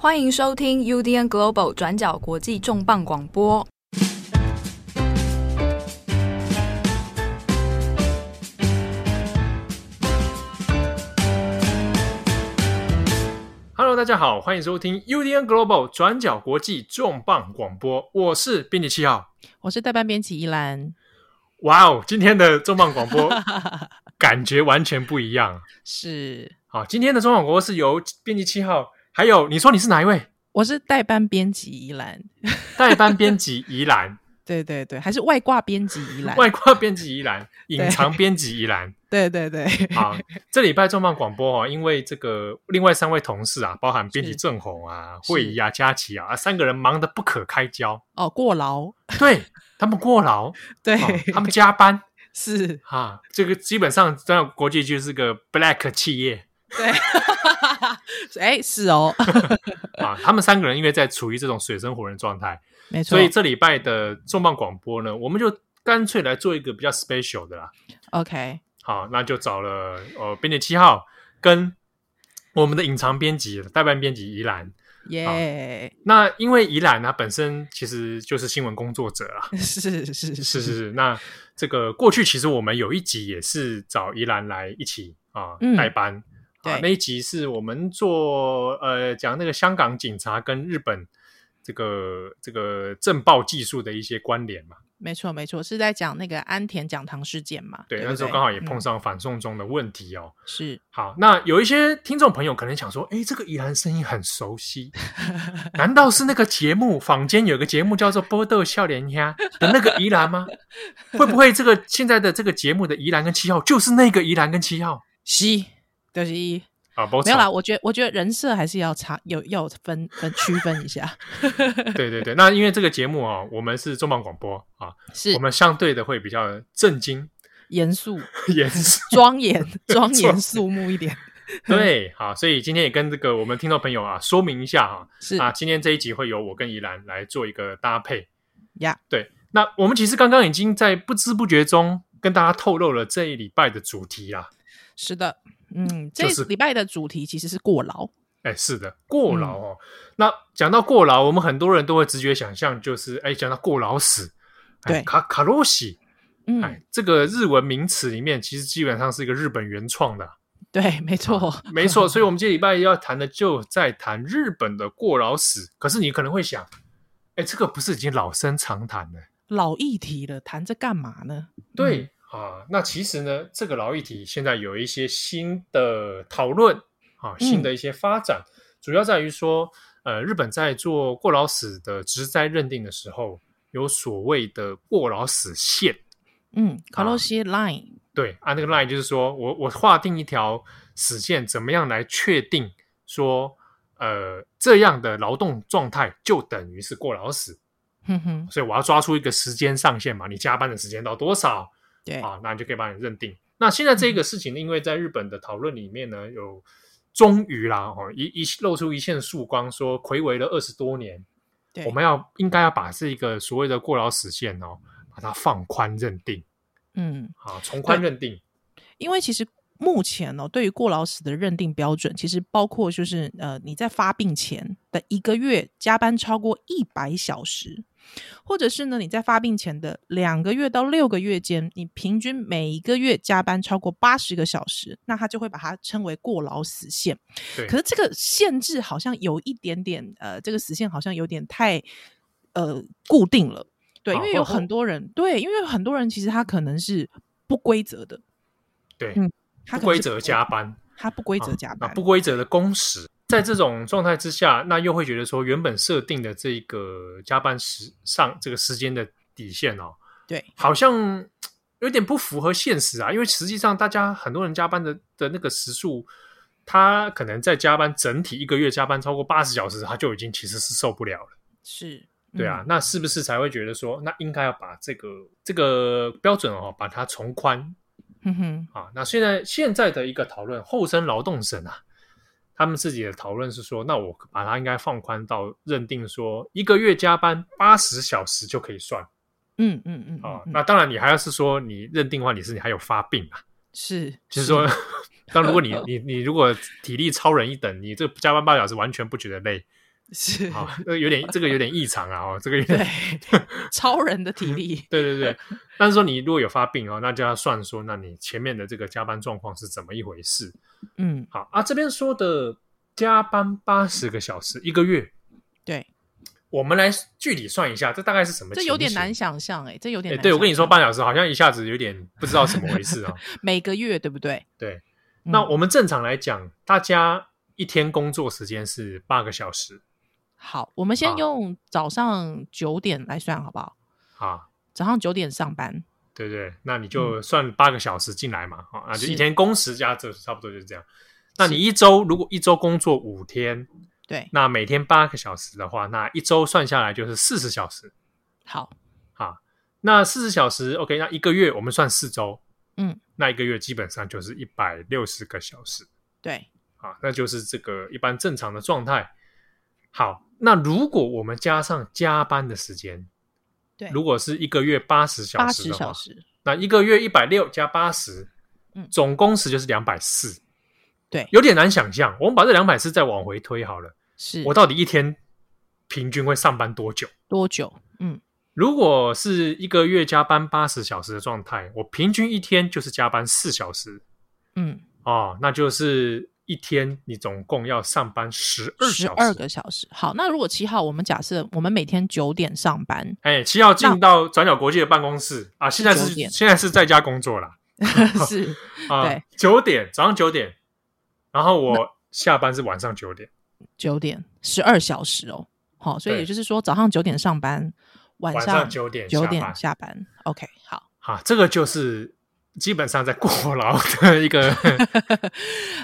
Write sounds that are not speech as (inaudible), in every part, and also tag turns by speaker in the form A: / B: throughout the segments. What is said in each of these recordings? A: 欢迎收听 UDN Global 转角国际重磅广播。
B: Hello，大家好，欢迎收听 UDN Global 转角国际重磅广播，我是编辑七号。
C: 我是代班编辑依兰，
B: 哇哦，今天的重磅广
C: (laughs)
B: 播感觉完全不一样。啊
C: 是
B: 好，今天的重磅广播是由编辑七号，还有你说你是哪一位？
C: 我是代班编辑依兰，
B: 代班编辑宜
C: (laughs)
B: 兰，
C: 对对对，还是外挂编辑依兰，
B: 外挂编辑宜兰，隐藏编辑宜兰。
C: 对对对，
B: 好，这礼拜重磅广播哦，因为这个另外三位同事啊，包含编辑
C: 是
B: 郑红啊、
C: 是
B: 惠仪啊、佳琪啊，啊三个人忙得不可开交，
C: (laughs) 哦，过劳，
B: 对他们过
C: (laughs)
B: 劳，
C: 对，
B: 哦他们加班。
C: 是，
B: 啊，这个基本上在国际就是个 black 企业
C: 对， (laughs) 哎，是 (laughs) 哦，
B: 啊。他们三个人因为在处于这种水深火热的状态，
C: 没错，
B: 所以这礼拜的重磅广播呢，我们就干脆来做一个比较 special 的啦。
C: OK，
B: 好，那就找了呃编辑七号跟我们的隐藏编辑代办编辑宜兰。
C: 耶，
B: 那因为宜兰她本身其实就是新闻工作者啊，
C: 是
B: 是
C: 是
B: 是，是。那这个过去其实我们有一集也是找宜兰来一起啊、
C: 嗯
B: 代班。啊
C: 对，
B: 那一集是我们做呃讲那个香港警察跟日本这个这个政报技术的一些关联嘛。
C: 没错没错，是在讲那个安田讲堂事件嘛？
B: 对，
C: 对不对，
B: 那时候刚好也碰
C: 嗯
B: 上反送中的问题哦。
C: 是，
B: 好，那有一些听众朋友可能想说，诶，这个宜兰声音很熟
C: (laughs)
B: 悉，难道是那个节目坊间有个节目叫做《波豆笑脸鸭》的那个宜兰吗？会不会这个现在的这个节目的宜兰跟七号就是那个宜兰跟七号
C: 西就是一
B: 啊？不
C: 没有
B: 错
C: 啦，我觉得我觉得人设还是要差，有要分分区分一 (laughs) 下，
B: 对对对，那因为这个节目啊、我们是重磅广播啊，
C: 是
B: 我们相对的会比较震惊
C: 严肃、
B: 严
C: (laughs)
B: 肃。
C: 庄严、
B: (laughs)
C: 庄严肃穆一点，
B: 对，好，所以今天也跟这个我们听众朋友啊说明一下哈、
C: 是
B: 啊，今天这一集会由我跟怡兰来做一个搭配。
C: 呀，
B: 对，那我们其实刚刚已经在不知不觉中跟大家透露了这一礼拜的主题啦。
C: 是的，嗯，这
B: 就是
C: 礼拜的主题其实是过劳，
B: 哎，是的，过劳哦。那讲到过劳，我们很多人都会直觉想象就是，哎，讲到过劳死，哎
C: 对
B: 卡卡洛西，
C: 嗯，
B: 哎，这个日文名词里面其实基本上是一个日本原创的
C: (laughs)
B: 啊，
C: 对，没错，
B: 没
C: (laughs)
B: 错，所以我们这礼拜要谈的就在谈日本的过劳史。可是你可能会想，哎，这个不是已经老生常谈了？
C: 老议题了，谈这干嘛呢？
B: 对、啊，那其实呢，这个劳议题现在有一些新的讨论啊，新的一些发展，主要在于说，呃，日本在做过劳死的职灾认定的时候，有所谓的过劳死线。
C: 嗯
B: 啊
C: c o l o s i Line，
B: 对，按、啊、那个 line 就是说我我划定一条死线，怎么样来确定说，呃，这样的劳动状态就等于是过劳死，
C: 哼哼，
B: 所以我要抓出一个时间上限嘛，你加班的时间到多少
C: 对，
B: 啊，那你就可以把你认定。那现在这个事情呢，因为在日本的讨论里面呢，有终于啦，哦，一一露出一线曙光，说魁违了二十多年，
C: 对，
B: 我们要应该要把这个所谓的过劳死线哦，把它放宽认定
C: 嗯，
B: 啊，从宽
C: 对
B: 认定。
C: 因为其实目前哦，对于过劳死的认定标准，其实包括就是呃，你在发病前的一个月加班超过一百小时，或者是呢你在发病前的两个月到六个月间，你平均每一个月加班超过八十个小时，那它就会把它称为过劳死线。
B: 对
C: 可是这个限制好像有一点点呃，这个死线好像有点太呃固定了。对，
B: 啊
C: 因为
B: 或
C: 有
B: 或
C: 很多人，对，因为有很多人其实他可能是不规则的，
B: 对，
C: 嗯
B: 不
C: 他可能
B: 规
C: 是
B: 则加班，
C: 他不规则加
B: 啊
C: 班，
B: 啊不规则的工时，在这种状态之下，那又会觉得说，原本设定的这个加班时上这个时间的底线哦，
C: 对，
B: 好像嘖有点不符合现实啊。因为实际上，大家很多人加班的的那个时数，他可能在加班整体一个月加班超过八十小时，他就已经其实是受不了了。
C: 是，
B: 对啊，
C: 嗯，
B: 那是不是才会觉得说，那应该要把这个这个标准哦，把它从宽
C: 哼哼，
B: 啊，那现在现在的一个讨论，厚生劳动省啊，他们自己的讨论是说，那我把它应该放宽到认定说，一个月加班八十小时就可以算
C: 嗯嗯嗯，
B: 啊。
C: 嗯
B: 那当然，你还要是说你认定的话，你是你还有发病啊，
C: 是，
B: 就是 (laughs) 说，当如果你你你如果体力超人一等，你这个加班八小时完全不觉得累
C: 是，
B: 啊，这个有点这个有点异常啊，哦，这个有点
C: 对，超人的体
B: (laughs)
C: 力，
B: 对对对，但是说你如果有发病哦，那就要算说，那你前面的这个加班状况是怎么一回事？
C: 嗯，
B: 好啊，这边说的加班八十个小时一个月，
C: 对，
B: 我们来具体算一下，这大概是什么？
C: 这有点难。想象哎、这有点
B: 哎，
C: 难、
B: 对我跟你说，，半小时好像一下子有点不知道什么回事啊、
C: 每个月对不对？
B: 对，
C: 嗯
B: 那我们正常来讲，大家一天工作时间是八个小时
C: 好，我们先
B: 啊
C: 用早上九点来算好不好？
B: 啊，
C: 早上九点上班，
B: 对不对？那你就算八个小时进来嘛，啊，就是一天工时加这差不多就是这样。那你一周如果一周工作五天，
C: 对，
B: 那每天八个小时的话，那一周算下来就是四十小时
C: 好，
B: 啊。那四十小时，OK，那一个月我们算四周，
C: 嗯，
B: 那一个月基本上就是一百六十个小时。
C: 对，
B: 啊，那就是这个一般正常的状态。好，那如果我们加上加班的时间，
C: 对
B: 如果是一个月八十小
C: 八
B: 时
C: 十
B: 的
C: 小
B: 话，
C: 时，
B: 那一个月一百六加八十，
C: 嗯
B: 总工时就是两百四，
C: 对，
B: 有点难想象。我们把这两百四再往回推好了，
C: 是
B: 我到底一天平均会上班多久？
C: 多久？嗯，
B: 如果是一个月加班八十小时的状态，我平均一天就是加班四小时
C: 嗯，
B: 哦，那就是一天你总共要上班十二
C: 十
B: 小时，
C: 二个小时。好，那如果七号，我们假设我们每天九点上班，
B: 哎，七号进到转角国际的办公室啊，现在是
C: 9点
B: 现在是在家工作啦 (laughs)
C: 是
B: 啊
C: 对，
B: 九点早上九点，然后我下班是晚上九点，
C: 九点十二小时哦。好，所以
B: 对
C: 也就是说，早上九点上班，晚
B: 晚
C: 上
B: 上九点
C: 九
B: 下
C: 点
B: 班
C: 下班。OK，好。 (laughs)
B: 啊，这个就是基本上在过劳的一
C: (laughs)
B: 个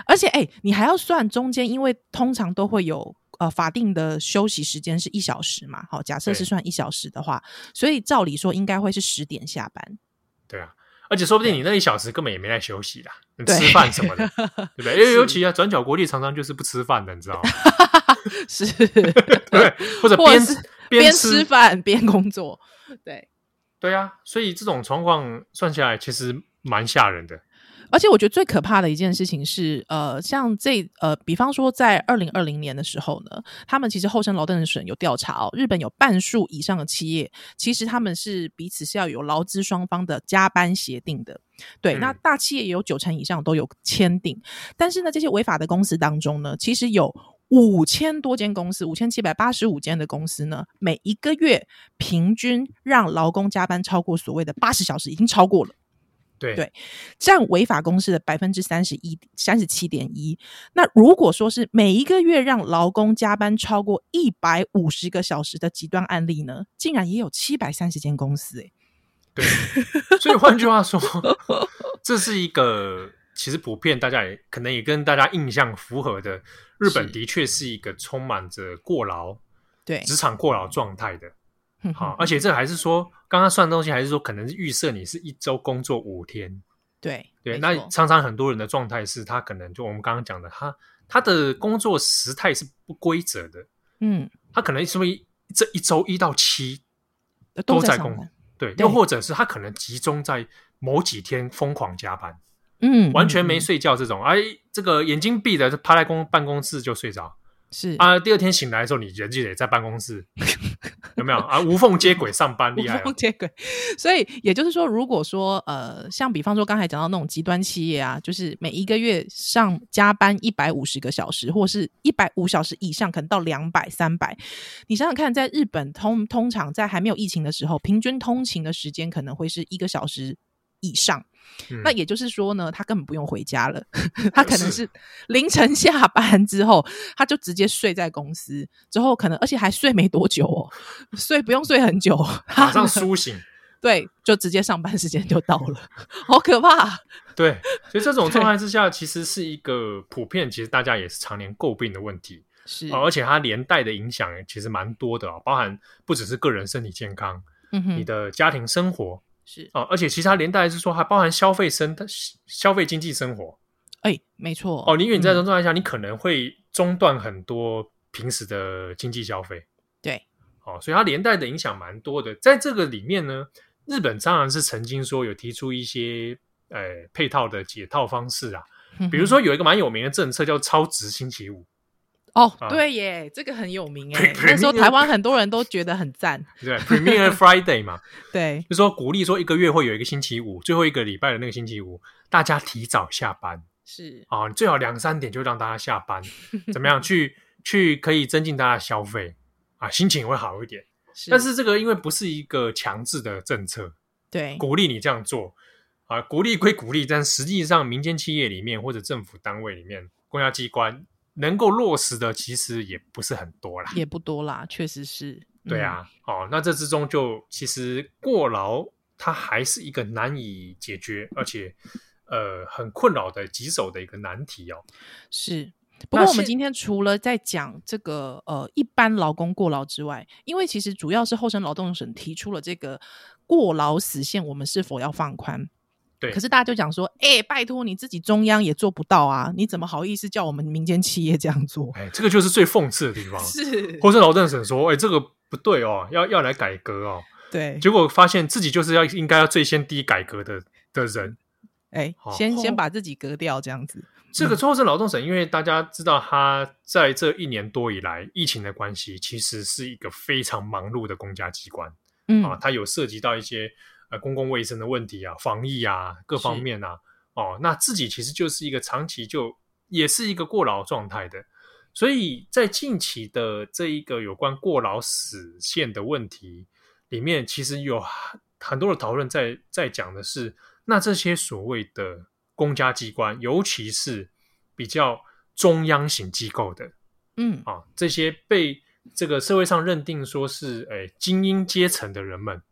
C: 而且，哎、你还要算中间，因为通常都会有呃法定的休息时间是一小时嘛。好，假设
B: 对
C: 是算一小时的话，所以照理说应该会是十点下班。
B: 对啊，而且说不定你那一小时根本也没在休息啦，你
C: 对
B: 吃饭什么
C: (laughs)
B: 的，对不对？因为尤其啊，转角国际常常就是不吃饭的，你知道
C: (laughs)
B: 吗？
C: 是
B: (laughs) 对，或者
C: 或者
B: 边
C: 是
B: 边
C: 边吃饭边工作，对。
B: 对啊，所以这种状况算下来其实蛮吓人的。
C: 而且我觉得最可怕的一件事情是，呃，像这呃，比方说在二零二零年的时候呢，他们其实厚生劳动省有调查哦，日本有半数以上的企业，其实他们是彼此是要有劳资双方的加班协定的。对，
B: 嗯
C: 那大企业也有九成以上都有签订，但是呢，这些违法的公司当中呢，其实有五千多间公司，五千七百八十五间的公司呢，每一个月平均让劳工加班超过所谓的八十小时，已经超过了。
B: 对
C: 对占违法公司的百分之三十一、三十七点一。那如果说是每一个月让劳工加班超过一百五十个小时的极端案例呢，竟然也有七百三十间公司、欸，
B: 对，所以换句话说， (laughs) 这是一个其实普遍大家也可能也跟大家印象符合的，日本
C: 是
B: 的确是一个充满着过劳、
C: 对，嗯
B: 职场过劳状态的。
C: 哼
B: 好，
C: 哼
B: 而且这还是说，刚刚算的东西还是说，可能是预设你是一周工作五天。
C: 对
B: 对，
C: 没
B: 那
C: 错
B: 常常很多人的状态是他可能就我们刚刚讲的，他他的工作时态是不规则的，
C: 嗯
B: 他可能是不是这一周一到七
C: 都
B: 都
C: 在
B: 在
C: 上
B: 工
C: 班，
B: 对，
C: 对
B: 又或者是他可能集中在某几天疯狂加班，
C: 嗯，
B: 完全没
C: 嗯嗯
B: 睡觉这种，哎，这个眼睛闭着就趴在公办公室就睡着
C: 是
B: 啊，第二天醒来的时候你人就得在办公
C: (laughs)
B: 室，有没有啊？无缝接轨上班，厉害啊
C: 无 (laughs)
B: 了
C: 缝，接轨。所以也就是说，如果说呃，像比方说刚才讲到那种极端企业啊，就是每一个月上加班一百五十个小时，或是一百五小时以上，可能到两百、三百。你想想看，在日本通通常在还没有疫情的时候，平均通勤的时间可能会是一个小时。以上，
B: 嗯
C: 那也就是说呢，他根本不用回家
B: (laughs)
C: 了，他可能
B: 是
C: 是凌晨下班之后，他就直接睡在公司，之后可能而且还睡没多久哦，睡不用睡很久哦，
B: (laughs)
C: 他
B: 马上
C: 呢
B: 苏醒。
C: (laughs) 对，就直接上班时间就到了， (laughs) 好可
B: 哦
C: 怕！
B: 对，所以这种状态之下，其实是一个普遍，其实大家也是常年诟病的问题，
C: 是，
B: 哦、而且它连带的影响其实蛮多的、哦，包含不只是个人身体健康，
C: 嗯
B: 你
C: 哼，
B: 的家庭生活
C: 是，
B: 哦、而且其实它连带是说还包含消费生消费经济生活，
C: 哎，没错，
B: 哦，你因为你在这
C: 嗯
B: 种状态下，你可能会中断很多平时的经济消费，
C: 对，
B: 哦，所以它连带的影响蛮多的。在这个里面呢，日本当然是曾经说有提出一些呃
C: 嗯
B: 配套的解套方式啊，比如说有一个蛮有名的政策叫超值星期五，
C: 哦，
B: 啊
C: 对耶，这个很有
B: (laughs)
C: 名哎
B: Pre-，
C: 那时候
B: Premier-
C: 台湾很多人都觉得很赞，
B: 对 Premier Friday 嘛， (laughs)
C: 对，
B: 就说鼓励说一个月会有一个星期五，最后一个礼拜的那个星期五，大家提早下班
C: 是，
B: 啊，你最好两三点就让大家下班，怎么样？去去可以增进大家消费啊，心情会好一点。
C: 是
B: 但是这个因为不是一个强制的政策，
C: 对，
B: 鼓励你这样做啊，鼓励归鼓励，但实际上民间企业里面或者政府单位里面，公家机关能够落实的其实也不是很多啦。
C: 也不多啦，确实是，
B: 对
C: 嗯，
B: 啊，哦，那这之中就其实过劳它还是一个难以解决，而且呃很困扰的棘手的一个难题哦。
C: 是。不
B: 那
C: 过我们
B: 是
C: 今天除了在讲这个呃一般劳工过劳之外，因为其实主要是厚生劳动省提出了这个过劳死线，我们是否要放宽？
B: 对
C: 可是大家就讲说，哎、拜托你自己中央也做不到啊，你怎么好意思叫我们民间企业这
B: (laughs)
C: 样做？
B: 哎，这个就是最讽刺的地方。
C: 是，
B: 厚生劳动省说，哎，这个不对哦，要要来改革哦，
C: (laughs) 对，
B: 结果发现自己就是要应该要最先第一改革的的人。
C: 哎、
B: 好
C: 先先
B: 后
C: 把自己革掉这样子，
B: 这个厚生劳动省，因为大家知道，它在这一年多以来疫情的关系，其实是一个非常忙碌的公家机关。
C: 嗯，
B: 啊，它有涉及到一些呃公共卫生的问题啊、防疫啊各方
C: 是
B: 面啊，哦，那自己其实就是一个长期就也是一个过劳状态的，所以在近期的这一个有关过劳死线的问题里面，其实有很很多的讨论在在讲的是，那这些所谓的公家机关，尤其是比较中央型机构的，
C: 嗯，
B: 啊，这些被这个社会上认定说是诶、精英阶层的人们，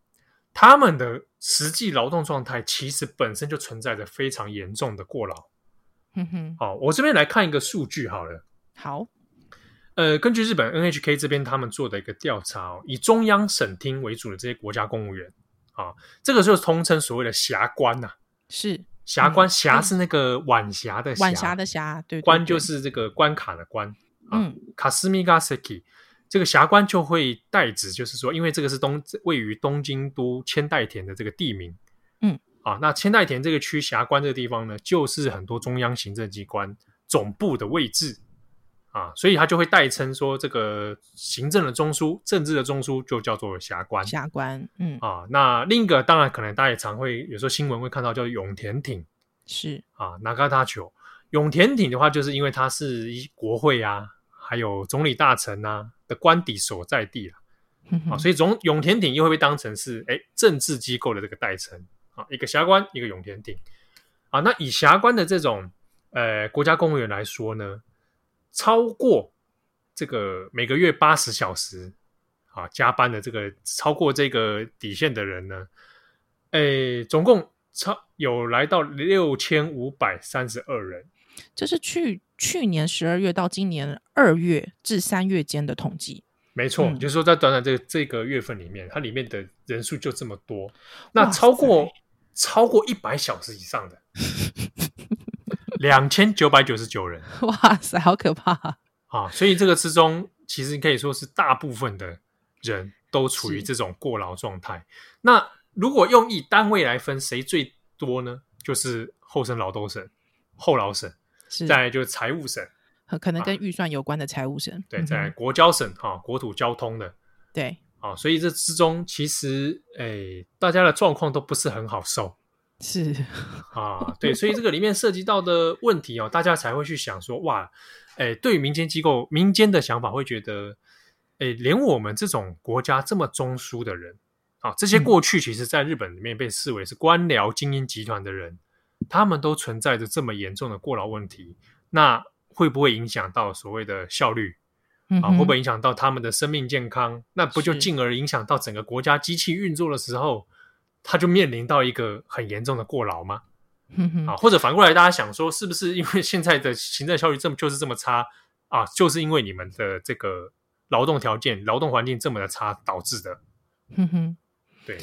B: 他们的实际劳动状态其实本身就存在着非常严重的过劳。
C: 哼哼，
B: 好、我这边来看一个数据好了。
C: 好，
B: 呃，根据日本 NHK 这边他们做的一个调查哦，以中央省厅为主的这些国家公务员啊，这个就是通称所谓的辖官呐、
C: 是
B: 辖官，
C: 嗯
B: 辖、
C: 嗯
B: 是那个晚霞的
C: 晚霞的霞，对对
B: 关就
C: 对
B: 是这个关卡的关，啊
C: 嗯，
B: 卡斯米嘎塞基这个峡关就会代指，就是说，因为这个是东位于东京都千代田的这个地名，
C: 嗯，
B: 啊，那千代田这个区峡关这个地方呢，就是很多中央行政机关总部的位置啊，所以它就会代称说，这个行政的中枢、政治的中枢就叫做峡关
C: 下关，嗯，
B: 啊。那另一个当然可能大家也常会有时候新闻会看到叫永田町。
C: 是
B: 啊，拿嘎塔球。永田町的话，就是因为它是一国会啊，还有总理大臣啊的官邸所在地啦、
C: 嗯
B: 啊，
C: 哼哼，
B: 所以总永田町又会被当成是哎政治机构的这个代称啊，一个霞关，一个永田町啊。那以霞关的这种呃国家公务员来说呢，超过这个每个月八十小时啊加班的这个超过这个底线的人呢，诶，总共超有来到六千五百三十二人。
C: 这是去去年十二月到今年二月至三月间的统计。 (laughs)
B: 没错，
C: 嗯
B: 就是说在短短这个这个月份里面，它里面的人数就这么多。那
C: 哇
B: 超过
C: 塞
B: 超过一百小时以上的，两千九百九十九人
C: 哇塞，好可怕啊、
B: 啊！所以这个之中，其实可以说是大部分的人都处于
C: 是
B: 这种过劳状态。那如果用以单位来分，谁最多呢？就是后生劳动省、后劳省，
C: 是
B: 再来就是财务省，
C: 很可能跟预算有关的财务省。
B: 啊对，
C: 嗯
B: 再来
C: 哼
B: 国交省哈、啊，国土交通的。
C: 对，
B: 啊，所以这之中其实诶，大家的状况都不是很好受
C: 是
B: 啊。对，所以这个里面涉及到的问题哦，大家才会去想说，哇，诶，对于民间机构、民间的想法会觉得，诶，连我们这种国家这么中枢的人啊，这些
C: 嗯
B: 过去其实在日本里面被视为是官僚精英集团的人，他们都存在着这么严重的过劳问题，那会不会影响到所谓的效率？
C: 嗯
B: 啊，
C: 哼
B: 会不会影响到他们的生命健康？那不就是进而影响到整个国家机器运作的时候，他就面临到一个很严重的过劳吗？
C: 嗯哼
B: 啊，或者反过来，大家想说，是不是因为现在的行政效率这么就是这么差啊？就是因为你们的这个劳动条件、劳动环境这么的差导致的？
C: 嗯哼
B: 对，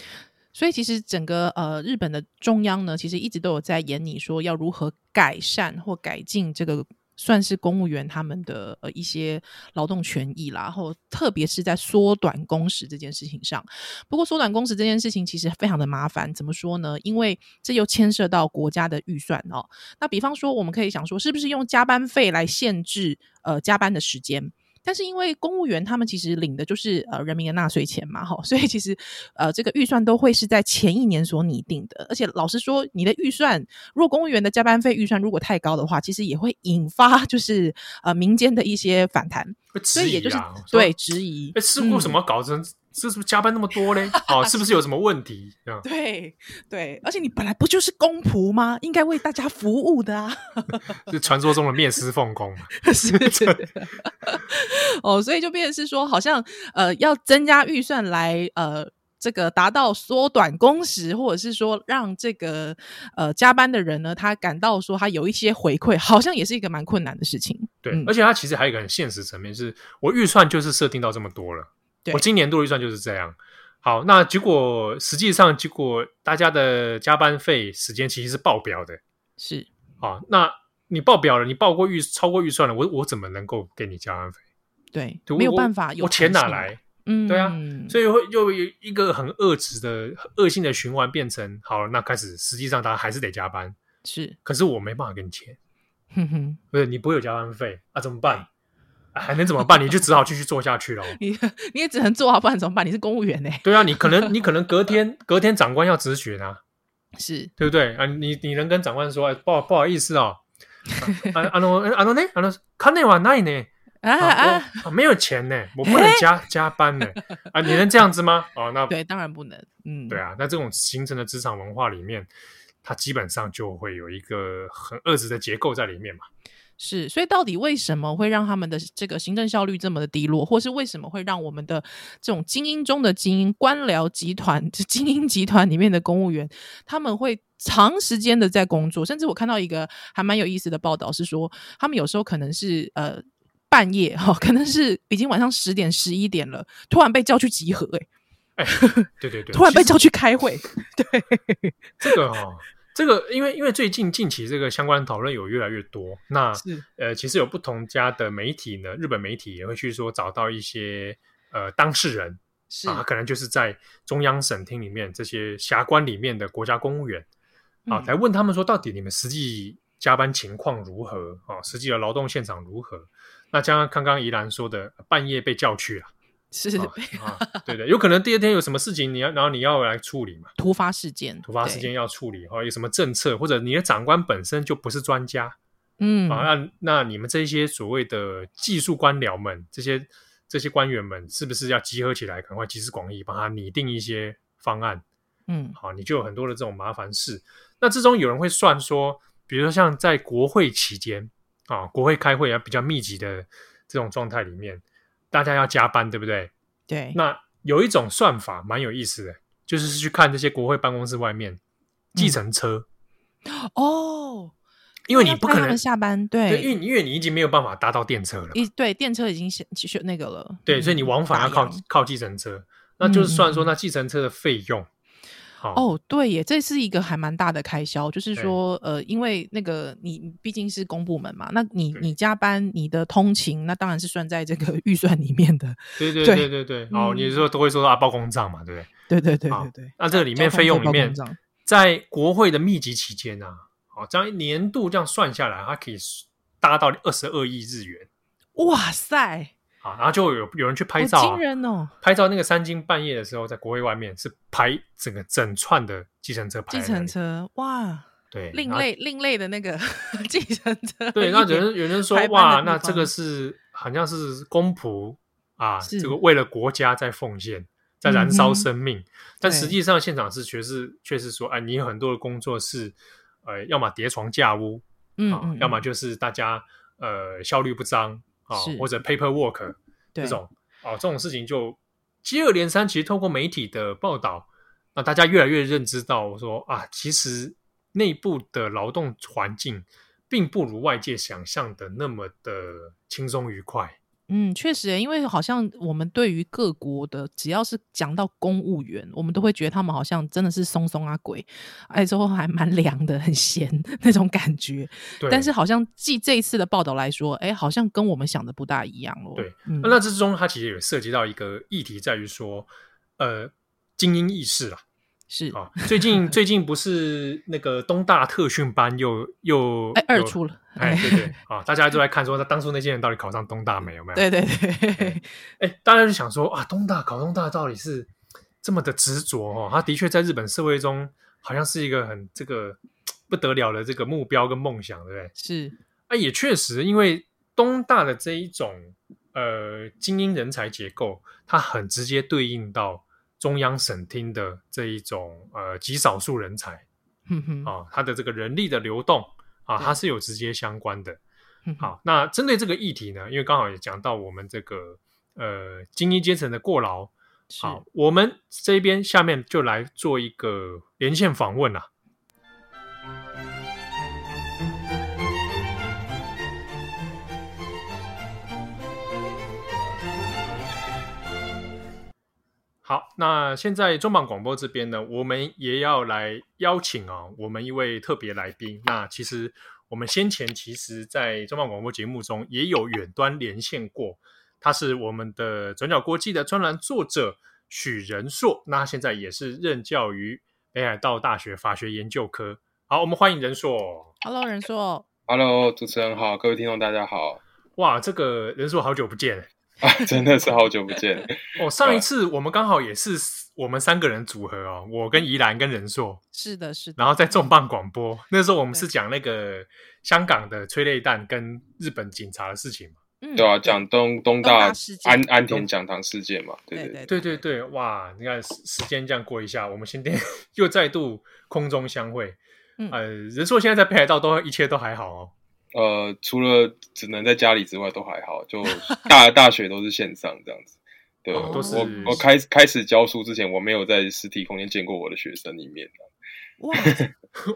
C: 所以其实整个呃日本的中央呢，其实一直都有在研拟说要如何改善或改进这个算是公务员他们的呃一些劳动权益啦，然后特别是在缩短工时这件事情上。不过缩短工时这件事情其实非常的麻烦，怎么说呢？因为这又牵涉到国家的预算哦。那比方说，我们可以想说，是不是用加班费来限制呃加班的时间？但是因为公务员他们其实领的就是呃人民的纳税钱嘛，哈，所以其实呃这个预算都会是在前一年所拟定的。而且老实说，你的预算如果公务员的加班费预算如果太高的话，其实也会引发就是呃民间的一些反弹，
B: 会
C: 所
B: 质
C: 以也
B: 疑
C: 就是
B: 啊，说
C: 对，质疑
B: 哎，是为什
C: 嗯
B: 么搞成这是不是加班那么多
C: (laughs)
B: 嘞？哦，是不是有什么问题？啊这样
C: 对对，而且你本来不就是公仆吗？应该为大家服务的啊。
B: 是传说中的面试奉公嘛， (laughs)
C: 是 (laughs) 哦，所以就变成是说，好像呃要增加预算来呃。这个达到缩短工时，或者是说让这个呃加班的人呢，他感到说他有一些回馈，好像也是一个蛮困难的事情。
B: 对，
C: 嗯
B: 而且它其实还有一个很现实层面是，我预算就是设定到这么多了，
C: 对
B: 我今年度的预算就是这样。好，那结果实际上结果大家的加班费时间其实是爆表的
C: 是，
B: 啊。那你爆表了，你报过预超过预算了，我我怎么能够给你加班费？
C: 对，
B: 对
C: 没有
B: 我
C: 办法，有
B: 我钱
C: 弹
B: 哪
C: 性？
B: 来？
C: 嗯，
B: 对啊所以会又有一个很恶质的恶性的循环，变成好，那开始实际上他还是得加班，
C: 是，
B: 可是我没办法给你钱，
C: 哼哼， (laughs)
B: 不是你不会有加班费啊？怎么办？啊还能怎么办？你就只好继续做下去喽。
C: 你你也只能做好，啊不然怎么办？你是公务员呢、
B: 对啊，你可能你可能隔天隔天长官要质询啊，
C: 是，
B: 对不对啊？你你能跟长官说，哎，不好不好意思哦，啊啊诺啊诺呢啊诺看内瓦奈呢
C: 啊
B: 啊
C: 啊，
B: 我啊没有钱呢，我不能加加班呢啊，你能这样子吗？哦，那
C: 对，当然不能，嗯，
B: 对，啊，那这种形成的职场文化里面，它基本上就会有一个很恶质的结构在里面嘛。
C: 是，所以到底为什么会让他们的这个行政效率这么的低落，或是为什么会让我们的这种精英中的精英、官僚集团、 (laughs) 精英集团里面的公务员，他们会长时间的在工作，甚至我看到一个还蛮有意思的报道是说，他们有时候可能是呃半夜哈、可能是已经晚上十点、十一点了，突然被叫去集合、欸，
B: 对对对，
C: 突然被
B: 其实
C: 叫去开
B: (laughs)
C: 会，对，
B: 这个哦，这个因为因为最近近期这个相关的讨论有越来越多，那
C: 是
B: 呃，其实有不同家的媒体呢，日本媒体也会去说找到一些呃当事人
C: 是
B: 啊，他可能就是在中央省厅里面这些辖官里面的国家公务员啊，
C: 嗯
B: 来问他们说，到底你们实际加班情况如何啊？实际的劳动现场如何？那像刚刚怡兰说的，半夜被叫去了
C: 是、
B: 啊，啊对的，有可能第二天有什么事情，你要然后你要来处理嘛，
C: 突发事件，
B: 突发
C: 对
B: 事件，要处理，或、啊有什么政策，或者你的长官本身就不是专家，
C: 嗯，
B: 啊，那那你们这些所谓的技术官僚们，这些这些官员们，是不是要集合起来，赶快集思广益，帮他拟定一些方案？
C: 嗯，
B: 好，你就有很多的这种麻烦事。那之中有人会算说，比如说像在国会期间啊，国会开会啊比较密集的这种状态里面，大家要加班，对不对？
C: 对，
B: 那有一种算法蛮有意思的，就是去看这些国会办公室外面
C: 嗯
B: 计程车，
C: 哦。
B: 因为
C: 要
B: 你不
C: 载
B: 可
C: 他
B: 能
C: 们下班，
B: 对，因
C: 对，
B: 为因为你已经没有办法搭到电车了嘛。
C: 一对电车已经先去那个了，
B: 对，
C: 嗯
B: 所以你往返要
C: 打
B: 靠
C: 烊
B: 靠计程车，那就是算说
C: 嗯嗯
B: 那计程车的费用。好、
C: 哦，对耶，这是一个还蛮大的开销，就是
B: 对
C: 说，呃，因为那个你你毕竟是公部门嘛，那你
B: 对
C: 你加班、你的通勤，那当然是算在这个 (laughs) 预算里面的，
B: 对对
C: 对
B: 对对对，哦，
C: 嗯
B: 你说都会说到啊报公账嘛，对不对？
C: 对对对
B: 好
C: 对对，
B: 那这个里面
C: 交通
B: 费用
C: 费
B: 里
C: 报
B: 面
C: 公账，
B: 在国会的密集期间啊，好、这样年度这样算下来，它可以搭到二十二亿日元
C: 哇塞，
B: 啊，然后就有有人去拍
C: 好
B: 照、啊
C: 惊，人哦，
B: 拍照那个三更半夜的时候，在国会外面是拍整个整串的计程车排
C: 计
B: 在那里，
C: 程车，哇，
B: 对，
C: 另
B: 然后
C: 类另类的那个 (laughs) 计程车，
B: (laughs) 对，那有人有人说
C: 排班的
B: 哇，
C: 地
B: 那这个
C: 方啊
B: 是好像是公仆啊，
C: 是
B: 这个为了国家在奉献，在燃烧
C: 嗯哼
B: 生命，但实
C: 对
B: 际上现场是确实确实说，哎，你有很多的工作是，呃，要么叠床架屋
C: 嗯
B: 啊，
C: 嗯，
B: 要么
C: 嗯
B: 就是大家呃效率不彰啊
C: 是，
B: 或者 paperwork
C: 对
B: 这种啊，这种事情就接二连三。其实透过媒体的报道，那大家越来越认知到说啊，其实内部的劳动环境并不如外界想象的那么的轻松愉快。
C: 嗯，确实耶，因为好像我们对于各国的，只要是讲到公务员，我们都会觉得他们好像真的是松松啊鬼，哎，之后还蛮凉的，很闲 (laughs) 那种感觉。
B: 对，
C: 但是好像记这一次的报道来说，哎，好像跟我们想的不大一样哦。
B: 对
C: 嗯
B: 那这之中它其实有涉及到一个议题，在于说，呃，精英意识啦。
C: 是
B: 啊，最近最近不是那个东大特训班又又
C: 哎二
B: 有
C: 出了，
B: 哎，对对啊，大家都在看说，他当初那些人到底考上东大没有没有？，
C: (laughs) 对对对，
B: 哎，大家就想说啊，东大考东大到底是这么的执着哦？他的确在日本社会中好像是一个很这个不得了的这个目标跟梦想，对不对？
C: 是
B: 啊，也确实，因为东大的这一种呃精英人才结构，它很直接对应到中央省厅的这一种呃极少数人才
C: 哼嗯哼，
B: 啊，它的这个人力的流动啊，它是有直接相关的。
C: 哼嗯哼，
B: 好，那针对这个议题呢，因为刚好也讲到我们这个呃精英阶层的过劳，
C: 是
B: 好，我们这边下面就来做一个连线访问啊。好，那现在中港广播这边呢，我们也要来邀请啊，我们一位特别来宾。那其实我们先前其实，在中港广播节目中也有远端连线过，他是我们的转角国际的专栏作者许仁硕，那现在也是任教于北海道大学法学研究科。好，我们欢迎仁硕。
C: Hello，人说
D: Hello，主持人好，各位听众大家好 (laughs)
B: 哇，这个仁硕好久不见
D: 啊，真的是好久不见。
B: 哦！上一次我们刚好也是我们三个人组合哦，我跟宜兰跟仁硕，
C: 是的，是的，
B: 然后在重磅广播那时候我们是讲那个香港的催泪弹跟日本警察的事情嘛。
C: 嗯，
D: 对啊，讲东
C: 东
D: 东
C: 大
D: 大
C: 事件
D: 安安田讲堂事件嘛，对
C: 对
D: 对
B: 对对对，哇！你看时时间这样过一下，我们今天 (laughs) 又再度空中相会。
C: 嗯
B: 呃，人硕现在在北海道都一切都还好哦。 (laughs)
D: 呃，除了只能在家里之外都还好，就大 (laughs) 大学都是线上这样子。对，啊
B: 哦
C: 都是
D: 我我开开始教书之前，我没有在实体空间见过我的学生里面，
B: (laughs)
C: 哇，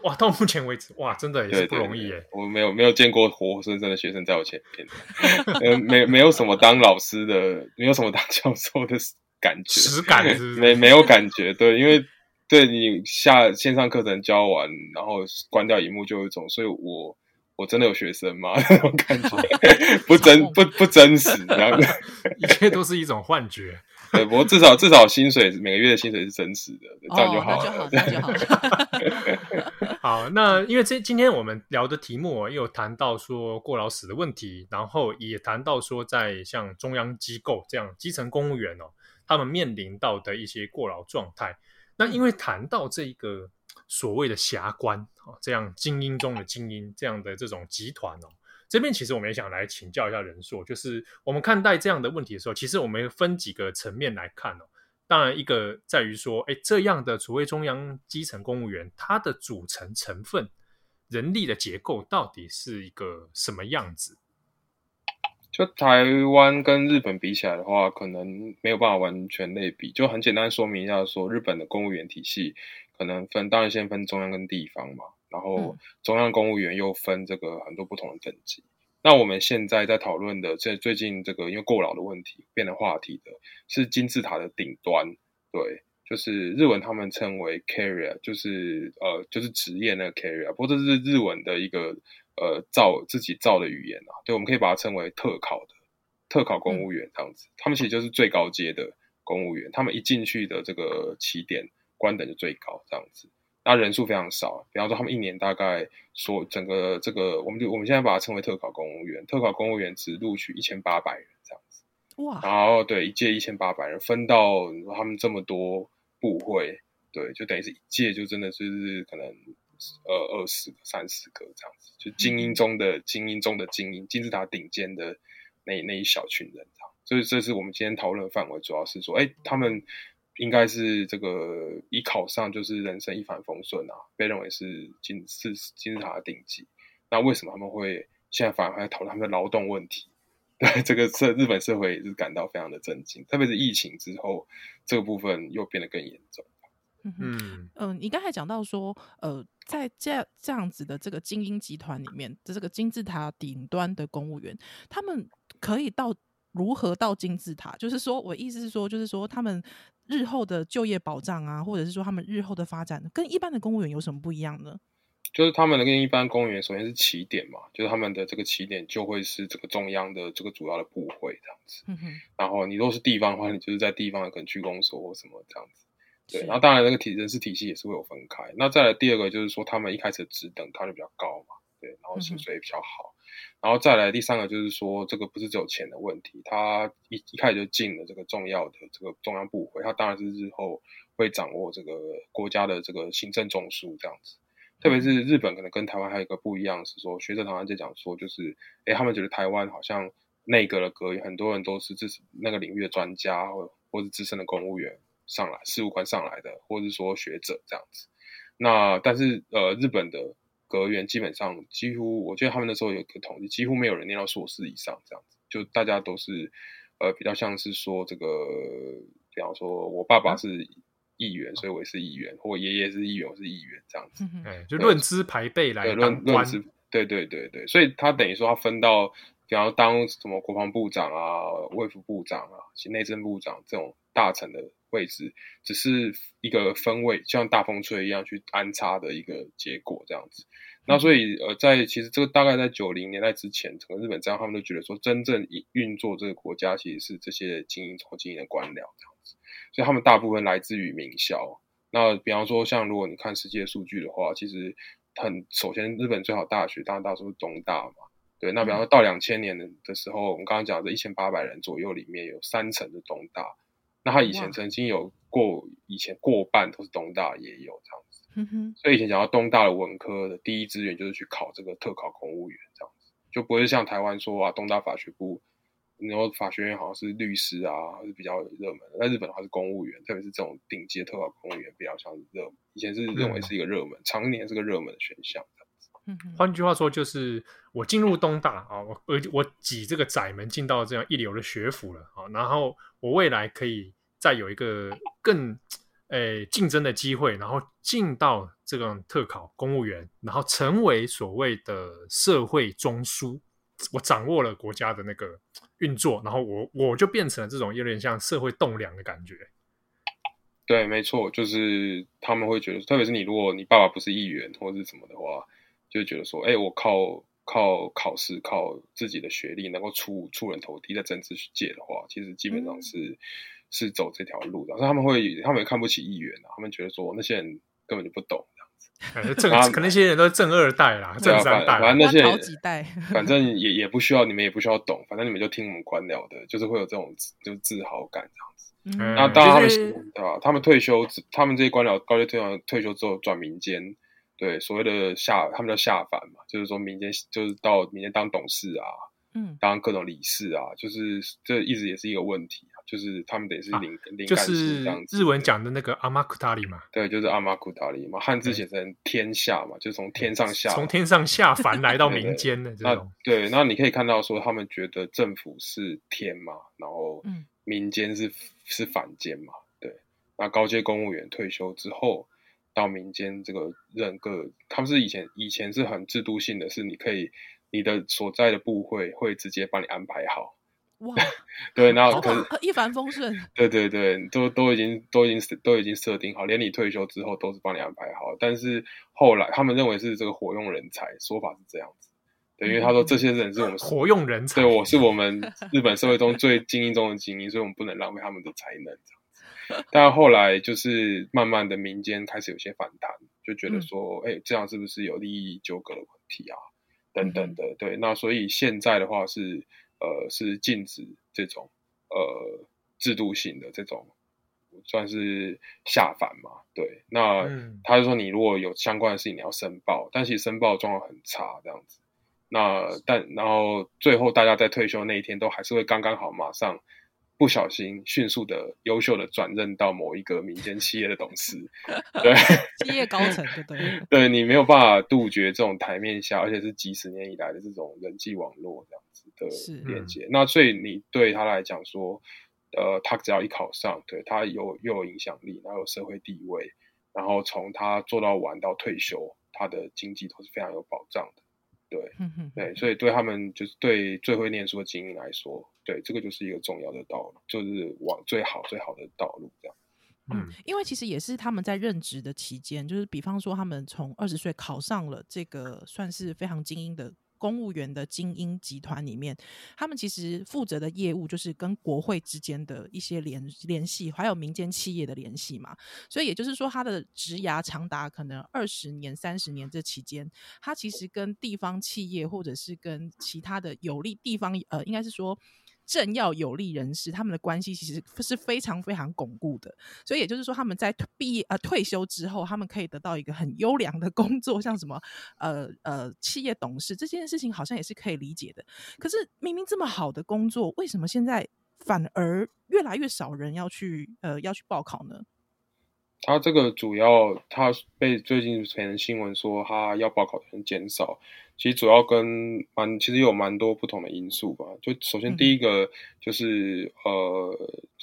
B: 哇，到目前为止，哇，真的也是
D: 对
B: 不
D: 对
B: 容易
D: 对
B: 耶。
D: 我没有没有见过活生生的学生在我前面，呃，没没有什么当老师的，没有什么当教授的感觉，
B: 实感是不是
D: 没没有感觉，对，因为对你下线上课程教完，然后关掉荧幕就有一种，所以我我真的有学生吗？ (laughs) 那种
B: (laughs)
D: 感觉不真不不真实，然后
B: 一切都是一种幻觉。
D: (laughs) 对，不过至少至少薪水每个月的薪水是真实的，这样就
C: 哦，那
D: 好
C: 就
D: 了。
C: 好，那就
B: (laughs)
C: 好，
B: 好，那因为这今天我们聊的题目、哦、也有谈到说过劳死的问题，然后也谈到说在像中央机构这样基层公务员哦，他们面临到的一些过劳状态。那因为谈到这一个所谓的侠官哦，这样精英中的精英这样的这种集团哦，这边其实我们也想来请教一下人硕，就是我们看待这样的问题的时候，其实我们分几个层面来看哦。当然，一个在于说，哎，这样的所谓中央基层公务员，它的组成成分、人力的结构到底是一个什么样子？
D: 就台湾跟日本比起来的话，可能没有办法完全类比。就很简单说明一下说日本的公务员体系可能分，当然先分中央跟地方嘛，然后
C: 嗯
D: 中央公务员又分这个很多不同的等级。那我们现在在讨论的这最近这个因为过劳的问题变成话题的是金字塔的顶端，对，就是日文他们称为 carrier，就是呃就是职业那个 carrier，不过这是日文的一个呃造自己造的语言啊，对，我们可以把它称为特考的特考公务员这样子，他们其实就是最高阶的公务员，他们一进去的这个起点官等就最高这样子。那人数非常少，啊比方说他们一年大概所整个这个，我们就我们现在把它称为特考公务员，特考公务员只录取一千八百人这样子。
C: 哇，
D: 然后对一届一千八百人分到他们这么多部会，对，就等于是一届就真的就是可能呃二十个、三十个这样子，就精英中的精英中的精英，金字塔顶尖的那那一小群人这样。所以这是我们今天讨论的范围，主要是说，哎，他们应该是这个一考上就是人生一帆风顺啊，被认为是金是是金字塔的顶级。那为什么他们会现在反而还在讨论他们的劳动问题？ (laughs) 对这个社日本社会也是感到非常的震惊，特别是疫情之后，这个部分又变得更严重。
C: 嗯哼。
B: 嗯，
C: 嗯，你刚才讲到说，呃，在这这样子的这个精英集团里面，这这个金字塔顶端的公务员，他们可以到如何到金字塔，就是说我意思是说，就是说他们日后的就业保障啊，或者是说他们日后的发展，跟一般的公务员有什么不一样呢？
D: 就是他们的跟一般公务员，首先是起点嘛，就是他们的这个起点就会是这个中央的这个主要的部会这样子。
C: 嗯哼，
D: 然后你如果是地方的话，你就是在地方的可能区公所或什么这样子。对，
C: 是
D: 然后当然那个体人事体系也是会有分开。那再来第二个就是说，他们一开始的职等它就比较高嘛，对，然后
C: 嗯
D: 薪
C: 哼
D: 水也比较好。然后再来第三个就是说，这个不是只有钱的问题，他一一开始就进了这个重要的这个中央部会，他当然是日后会掌握这个国家的这个行政中枢这样子。特
C: 嗯
D: 别是日本可能跟台湾还有一个不一样是说，学者常常在讲说，就是诶，他们觉得台湾好像内阁的阁员很多人都是自那个领域的专家或或是资深的公务员上来，事务官上来的，或是说学者这样子。那但是呃，日本的阁员基本上几乎，我觉得他们那时候有一个统计，几乎没有人念到硕士以上这样子，就大家都是呃比较像是说这个，比方说我爸爸是议员，所以我也是议员，或我爷爷是议员，我是议员这样子。
C: 嗯哼，
B: 哎，就论资排辈来
D: 对
B: 当
D: 论论
B: 官，
D: 资，对对对对，所以他等于说他分到，比方当什么国防部长啊、卫福部长啊、内政部长这种大臣的位置，只是一个分位，就像大风吹一样去安插的一个结果这样子。那
B: 嗯
D: 所以呃，在其实这个大概在九零年代之前，整个日本这样他们都觉得说，真正运运作这个国家其实是这些精英中精英的官僚这样子，所以他们大部分来自于名校。那比方说，像如果你看世界数据的话，其实很首先日本最好大学，当然大多数是东大嘛。对，那比方说到两千年的的时候，我们刚刚讲的一千八百人左右里面有三成的东大，那他以
C: 哇
D: 前曾经有过以前过半都是东大也有这样子。
C: 嗯哼，
D: 所以以前讲到东大的文科的第一志愿就是去考这个特考公务员这样子，就不会像台湾说啊，东大法学部，然后法学院好像是律师啊，还是比较热门的。在日本的话是公务员，特别是这种顶级的特考公务员比较像是热门，以前是认为是一个热门，常年是个热门的选项。
C: 嗯哼，
B: 换句话说，就是我进入东大啊，我我我挤这个窄门进到这样一流的学府了啊，然后我未来可以再有一个更诶竞争的机会，然后进到这种特考公务员，然后成为所谓的社会中枢，我掌握了国家的那个运作，然后我我就变成了这种有点像社会栋梁的感觉。
D: 对，没错，就是他们会觉得，特别是你如果你爸爸不是议员或是什么的话，就会觉得说，哎，我靠靠考试，靠自己的学历能够出出人头地，在政治界的话，其实基本上
C: 嗯
D: 是、是走这条路的。但他们会，他们也看不起议员啊，他们觉得说那些人根本就不懂，
B: 哎正
D: 啊
B: 可能那些人都是正二代啦，
D: 对
B: 正
D: 啊，
B: 三
D: 反
B: 代啦，
D: 反正那些
C: 要
D: 人
C: 好几
D: (laughs)
C: 代
D: 反正也也不需要你们也不需要懂，反正你们就听我们官僚的，就是会有这种自就是自豪感这样子。
C: 嗯
B: 嗯
D: 那当然他们、
A: 就是
D: 对吧、他们退休之，他们这些官僚高阶退休退休之后转民间，对所谓的下，他们叫下凡嘛，就是说民间就是到民间当董事啊，
C: 嗯
D: 当各种理事啊，就是这一直也是一个问题啊，就是他们得是
B: 啊
D: 灵、灵
B: 就
D: 感
B: 是
D: 这样子。
B: 日文讲的那个阿玛库塔里嘛，
D: 对，就是阿玛库塔利嘛，汉字写成天下嘛，就是从天上下来
B: 从天上下
D: (laughs)
B: 凡来到
D: 对对
B: 民间的这
D: 那
B: 种。
D: 对，那你可以看到说，他们觉得政府是天嘛，然后
C: 嗯
D: 民间是、是凡间嘛，对。那高阶公务员退休之后，到民间这个任各，他们是以前以前是很制度性的，是你可以你的所在的部会会直接帮你安排好，
C: 哇，
D: 对，那
B: 哦
C: 好
D: 可是
C: 棒，一帆风顺， (laughs)
D: 对对对，都都已经都已经都已经设定好，连你退休之后都是帮你安排好。但是后来他们认为是这个活用人才，说法是这样子，对，因为他说这些人是我们
B: 嗯活用人才，
D: 对我是我们日本社会中最精英中的精英，所以我们不能浪费他们的才能这样子。但后来就是慢慢的民间开始有些反弹，就觉得
B: 嗯
D: 说，哎、这样是不是有利益纠葛的问题啊？
B: 嗯
D: 等等的，对。那所以现在的话是，呃，是禁止这种呃制度性的这种算是下凡嘛，对。那
B: 嗯
D: 他就说，你如果有相关的事情，你要申报，但其实申报的状况很差，这样子。那但然后最后大家在退休那一天都还是会刚刚好，马上不小心迅速的优秀的转任到某一个民间企业的董事，对
C: 基业高层，对对了，
D: 对，你没有办法杜绝这种台面下，而且是几十年以来的这种人际网络这样子
C: 是
D: 的连接。那所以你对他来讲说，呃，他只要一考上，对他有又有影响力，然后有社会地位，然后从他做到晚到退休，他的经济都是非常有保障的。对，
C: 嗯哼，
D: 对，所以对他们就是对最会念书的精英来说，对，这个就是一个重要的道路，就是往最好最好的道路这样。
C: 嗯
B: 嗯，
C: 因为其实也是他们在任职的期间，就是比方说他们从二十岁考上了这个算是非常精英的公务员的精英集团里面，他们其实负责的业务就是跟国会之间的一些联联系，还有民间企业的联系嘛。所以也就是说，他的职涯长达可能二十年、三十年这期间，他其实跟地方企业或者是跟其他的有利地方，呃，应该是说。政要有利人士，他们的关系其实是非常非常巩固的。所以也就是说，他们在退毕业呃退休之后，他们可以得到一个很优良的工作，像什么呃呃企业董事这件事情，好像也是可以理解的。可是明明这么好的工作，为什么现在反而越来越少人要去呃要去报考呢？
D: 他这个主要，他被最近可能新闻说他要报考的人减少，其实主要跟蛮其实有蛮多不同的因素吧。就首
C: 嗯
D: 先第一个就是、呃，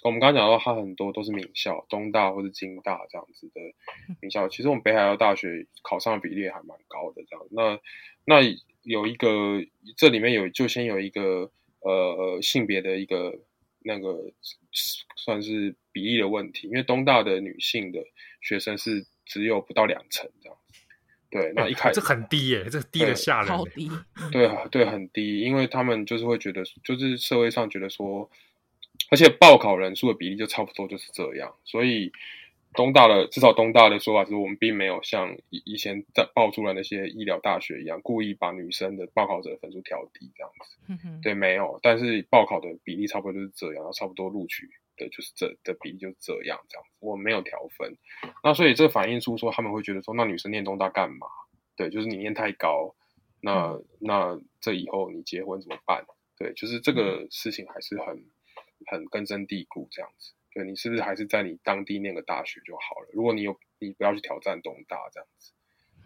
D: 我们刚刚讲到它很多都是名校，东大或者京大这样子的
B: 嗯
D: 名校。其实我们北海道大学考上的比例还蛮高的，这样。那那有一个这里面有就先有一个呃性别的一个那个算是比例的问题，因为东大的女性的学生是只有不到两成这样子。对，那一开始、
B: (laughs) 这很低耶，这低的
D: 对
B: 吓人
C: 超
B: 耶。
C: 低，
D: 对啊，对，很低，因为他们就是会觉得，就是社会上觉得说，而且报考人数的比例就差不多就是这样，所以东大的至少东大的说法是我们并没有像以以前在爆出来那些医疗大学一样，故意把女生的报考者的分数调低这样子。
C: 哼哼，
D: 对，没有，但是报考的比例差不多就是这样，然后差不多录取的就是这的比例就是这样，这样子我没有调分，那所以这反映出说他们会觉得说，那女生念东大干嘛？对，就是你念太高，那、那这以后你结婚怎么办？对，就是这个事情还是很很根深蒂固这样子。对你是不是还是在你当地念个大学就好了？如果你有，你不要去挑战东大这样子。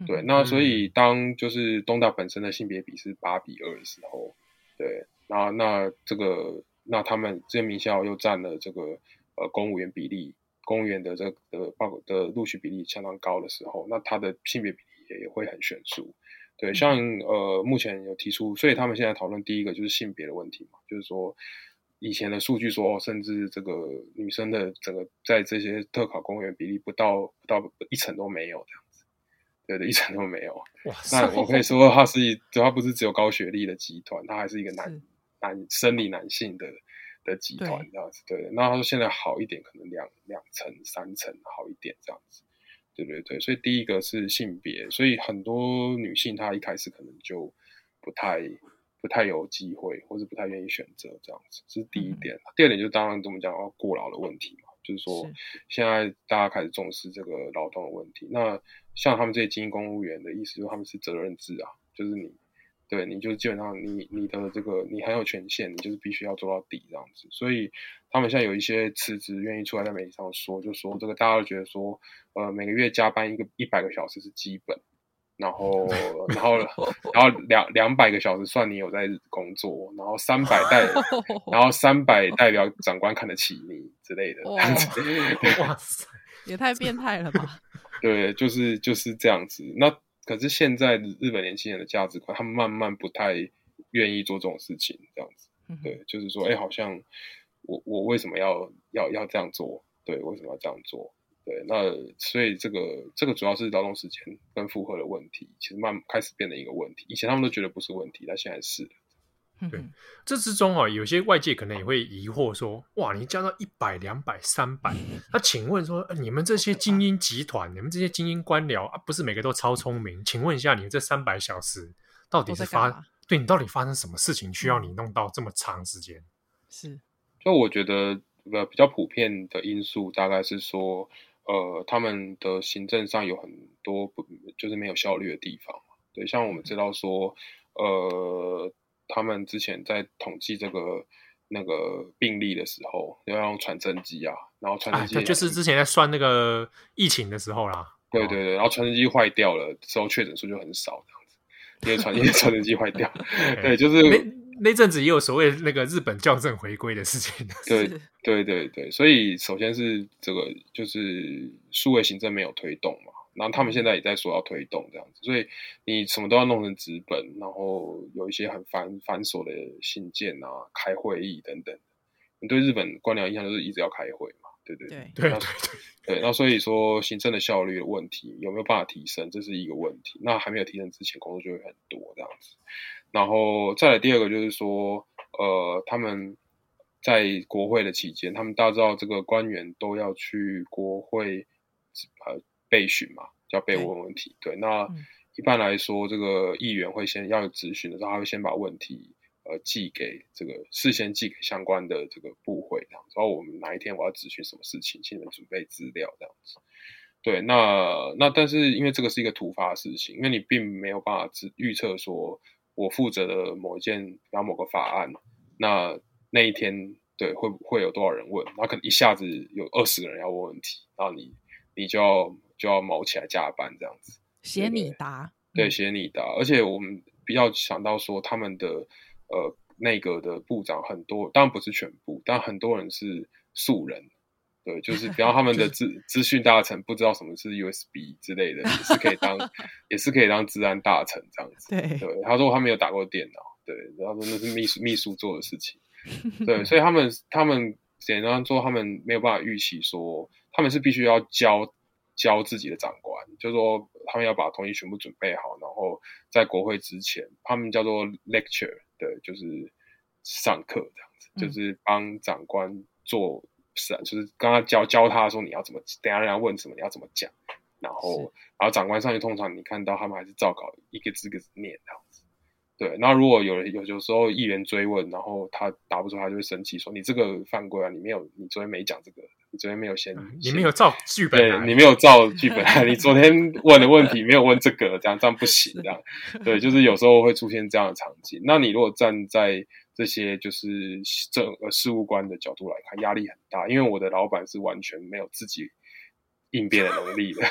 D: 对，
C: 嗯
D: 那所以当就是东大本身的性别比是八比二的时候，对，那那这个那他们这些名校又占了这个呃公务员比例，公务员的这个呃报的录取比例相当高的时候，那他的性别比例也也会很悬殊。对，
C: 嗯
D: 像呃目前有提出，所以他们现在讨论第一个就是性别的问题嘛，就是说以前的数据说，哦、甚至这个女生的整个在这些特考公务员比例不到不到一成都没有这样子，对对，一成都没有。
B: 哇
D: 那
B: 塞， (laughs)
D: 我可以说，它是一，它不是只有高学历的集团，它还是一个
C: 是
D: 男男生理男性的的集团
C: 对
D: 这样子。对，那他说现在好一点，可能两两层、三层好一点这样子。对对对，所以第一个是性别，所以很多女性她一开始可能就不太不太有机会，或者不太愿意选择这样子，这是第一
C: 嗯哼
D: 点。第二点就当然我们讲到过劳的问题嘛，就是说
C: 是
D: 现在大家开始重视这个劳动的问题。那像他们这些精英公务员的意思，就是他们是责任制啊，就是你对你就是基本上你你的这个你很有权限，你就是必须要做到底这样子。所以他们现在有一些辞职愿意出来在媒体上说，就说这个大家都觉得说，呃，每个月加班一个一百个小时是基本。然后，然后，然后两两百个小时算你有在工作，然后三百代，然后三百代表长官看得起你之类的，
C: 哇
D: 这样子
B: 哇塞，
C: 也太变态了
D: (laughs)
C: 吧？
D: 对，就是就是这样子。那可是现在日本年轻人的价值观，他们慢慢不太愿意做这种事情，这样子。
C: 嗯哼
D: 对，就是说，哎、好像我我为什么要要要这样做？对，为什么要这样做？对，那所以这个这个主要是劳动时间跟负荷的问题，其实慢开始变得一个问题。以前他们都觉得不是问题，但现在是了。
C: 嗯哼
B: 对这之中哦，有些外界可能也会疑惑说，哇，你加到一百、两百、三百，那请问说、呃你们这些精英集团，你们这些精英官僚啊，不是每个都超聪明？请问一下，你们这三百小时到底
C: 都
B: 是
C: 在干
B: 发
C: 嘛？嗯
B: 对你到底发生什么事情，需要你弄到这么长时间？
C: 是
D: 就我觉得呃比较普遍的因素大概是说，呃，他们的行政上有很多不就是没有效率的地方嘛。对，像我们知道说，呃，他们之前在统计这个那个病例的时候，要用传真机啊，然后传
B: 哎，
D: 真机、
B: 对，就是之前在算那个疫情的时候啦，哦
D: 对对对，然后传真机坏掉了之后，确诊数就很少这样子，因为传因为传真机坏
B: (laughs)
D: 掉，对，就是
B: 那那阵子也有所谓那个日本校正回归的事情。 (laughs)
D: 对
C: 是
D: 对对对，所以首先是这个就是数位行政没有推动嘛，然后他们现在也在说要推动这样子，所以你什么都要弄成纸本，然后有一些很繁繁琐的信件啊、开会议等等。你对日本官僚印象就是一直要开会嘛，对不对？
C: 对，
B: 对
D: 那
B: 对对，
D: 对，那所以说行政的效率的问题有没有办法提升，这是一个问题。那还没有提升之前，工作就会很多这样子。然后再来第二个就是说，呃，他们在国会的期间，他们大家知道这个官员都要去国会呃备询嘛，就要被
C: 对
D: 问问题。对，那
C: 嗯
D: 一般来说，这个议员会先要有咨询的时候，他会先把问题呃寄给这个事先寄给相关的这个部会，这样子，然后哦我们哪一天我要咨询什么事情，请你们准备资料这样子。对，那那但是因为这个是一个突发的事情，因为你并没有办法知预测说我负责的某一件，比方某个法案，那那一天对会会有多少人问，那可能一下子有二十个人要问问题，然后你你就要就要卯起来加班这样子。
C: 写
D: 对
C: 你答，
D: 对，
C: 嗯
D: 写你的啊、而且我们比较想到说，他们的呃内阁的部长很多，当然不是全部，但很多人是素人。对， (laughs) 就是比方他们的资资讯大臣不知道什么是 USB 之类的，也是可以当 (laughs) 也是可以当治安大臣这样子。
C: 对
D: 对，他说他没有打过电脑，对，然后说那是秘书秘书做的事情。对，所以他们他们简单说，他们没有办法预期说，他们是必须要教教自己的长官，就是说他们要把东西全部准备好，然后在国会之前，他们叫做 lecture，对，就是上课这样子，
C: 嗯
D: 就是帮长官做是啊，就是刚刚教教他说你要怎么，等一下人家问什么你要怎么讲，然
C: 是
D: 后然后长官上去，通常你看到他们还是照稿一个字一个字念这样子。对，那如果有人有有时候议员追问，然后他答不出，他就会生气说：“你这个犯规啊，你没有，你昨天没讲这个，你昨天没有先，
B: 嗯你
D: 先
B: 没有照剧本啊
D: 对
B: 来，
D: 你没有照剧本来， (laughs) 你昨天问的问题没有问这个，这样这样不行，这样对，就是有时候会出现这样的场景。那你如果站在这些就是政呃事务官的角度来看，压力很大，因为我的老板是完全没有自己应变的能力的。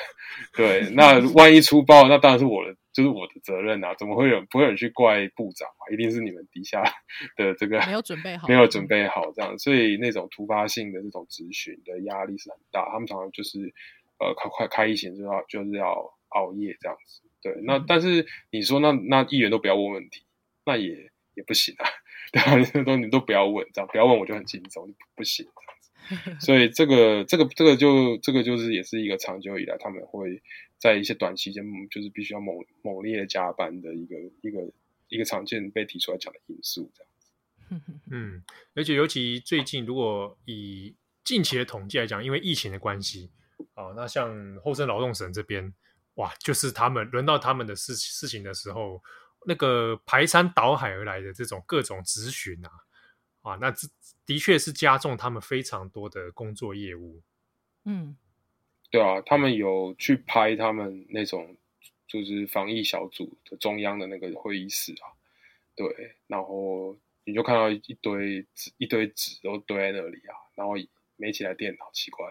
D: 对，那万一出包，那当然是我的，就是我的责任啊，怎么会有不会有人去怪部长啊？一定是你们底下的这个
C: 没有准备好，
D: 没有准备好这样，所以那种突发性的这种咨询的压力是很大。他们常常就是呃开快开一前就要就是要熬夜这样子。对，那
C: 嗯
D: 但是你说那那议员都不要问问题，那也也不行啊。 (laughs) 对啊，你都你都不要问，这样不要问我就很轻松，不不行这样子。
C: (laughs)
D: 所以这个这个这个就这个就是也是一个长久以来他们会在一些短期间嗯就是必须要猛猛烈地加班的一个一个一个常见被提出来讲的因素这样。
B: 嗯，而且尤其最近，如果以近期的统计来讲，因为疫情的关系，啊、那像厚生劳动省这边，哇，就是他们轮到他们的事事情的时候，那个排山倒海而来的这种各种咨询啊，啊，那这的确是加重他们非常多的工作业务。
C: 嗯，
D: 对啊，他们有去拍他们那种就是防疫小组的中央的那个会议室啊，对，然后你就看到一堆纸，一堆纸都堆在那里啊，然后没起来电脑，奇怪，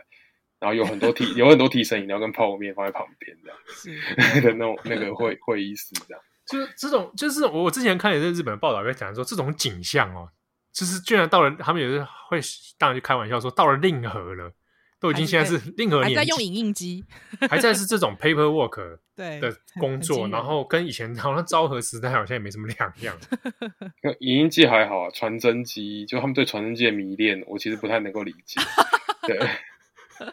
D: 然后有很多提有很多提神饮料跟泡面放在旁边这样 (laughs)
C: 是，
D: 的那种那个会会议室这样，
B: 就是这种，就是我之前看也是日本报道在讲说，这种景象哦，就是居然到了他们也是会当然就开玩笑说到了令和了，都已经现在是令和
C: 还
B: 年
C: 在
B: 纪
C: 用影印机，
B: 还在是这种 paperwork
C: (laughs) 对
B: 的工作，然后跟以前好像昭和时代好像也没什么两样。 (laughs)
D: 那影音机还好啊，传真机就他们对传真机的迷恋，我其实不太能够理解，对。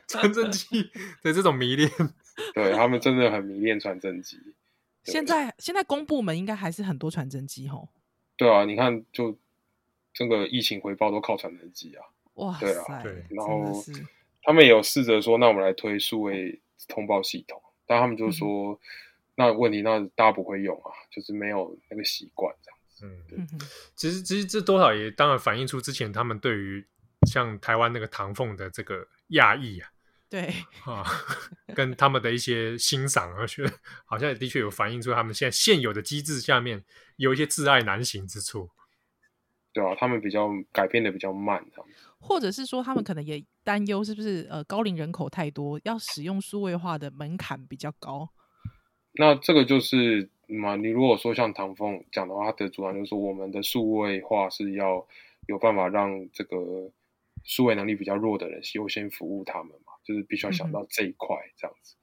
B: 传
C: (laughs)
B: 真机的这种迷恋，
D: 对他们真的很迷恋传真机，对
C: 现在现在公部门应该还是很多传真机吼，
D: 对啊，你看就这个疫情回报都靠传真机啊，
C: 哇
D: 对啊
C: 塞，
B: 对
C: 真
D: 然
C: 的
D: 后
C: 是
D: 他们也有试着说，那我们来推数位通报系统，但他们就说，那问题那大家不会用啊，就是没有那个习惯这样。
B: 嗯，
C: 嗯哼
B: (laughs) 其实其实这多少也当然反映出之前他们对于像台湾那个唐凤的这个亚裔啊。
C: 对， (laughs)
B: 啊， (laughs) 跟他们的一些欣赏，而且好像也的确有反映出他们现在现有的机制下面有一些挚爱难行之处。
D: 对啊，他们比较改变的比较慢，这样子。
C: 或者是说他们可能也担忧是不是呃高龄人口太多，要使用数位化的门槛比较高，
D: 那这个就是嘛，你如果说像唐凤讲的话，他的主张就是说，我们的数位化是要有办法让这个数位能力比较弱的人优先服务他们嘛，就是必须要想到这一块这样子。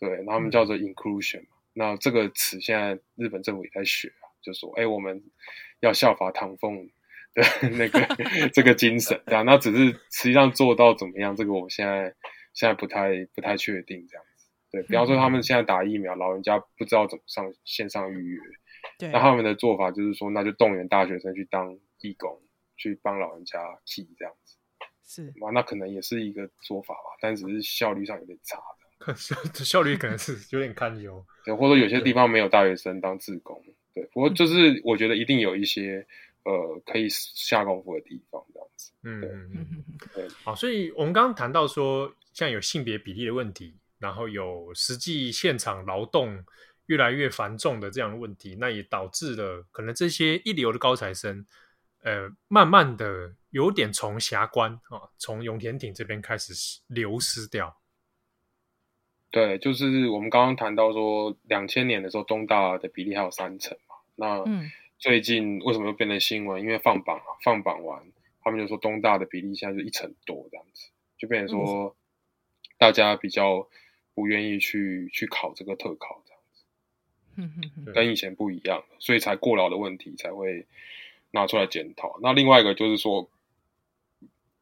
D: 对，然后他们叫做 inclusion 嘛。那这个词现在日本政府也在学啊，就说，哎，我们要效法唐凤的 (laughs) 那个这个精神，这样。那只是实际上做到怎么样，这个我现在现在不太不太确定，这样子。对，比方说他们现在打疫苗，老人家不知道怎么上线上预约，
C: 对
D: 那，他们的做法就是说，那就动员大学生去当义工，去帮老人家 key 这样子。
C: 是
D: 哇，那可能也是一个做法吧，但只是效率上有点差的。
B: 效效率可能是有点堪忧。
D: 对，或者说有些地方没有大学生当志工，对。不过就是我觉得一定有一些呃可以下功夫的地方，这样子。
B: 嗯嗯嗯。
C: 嗯
B: 好，所以我们刚刚谈到说，像有性别比例的问题，然后有实际现场劳动越来越繁重的这样的问题，那也导致了可能这些一流的高材生，呃，慢慢的有点从峡关啊，从永田町这边开始流失掉。
D: 对，就是我们刚刚谈到说，两千年的时候东大的比例还有三成嘛，那
C: 嗯
D: 最近为什么又变成新闻？因为放榜啊，放榜完，他们就说东大的比例现在是一成多这样子，就变成说大家比较不愿意去去考这个特考这样子，
C: 嗯嗯嗯
B: 对
D: 跟以前不一样了，所以才过劳的问题才会拿出来检讨。那另外一个就是说，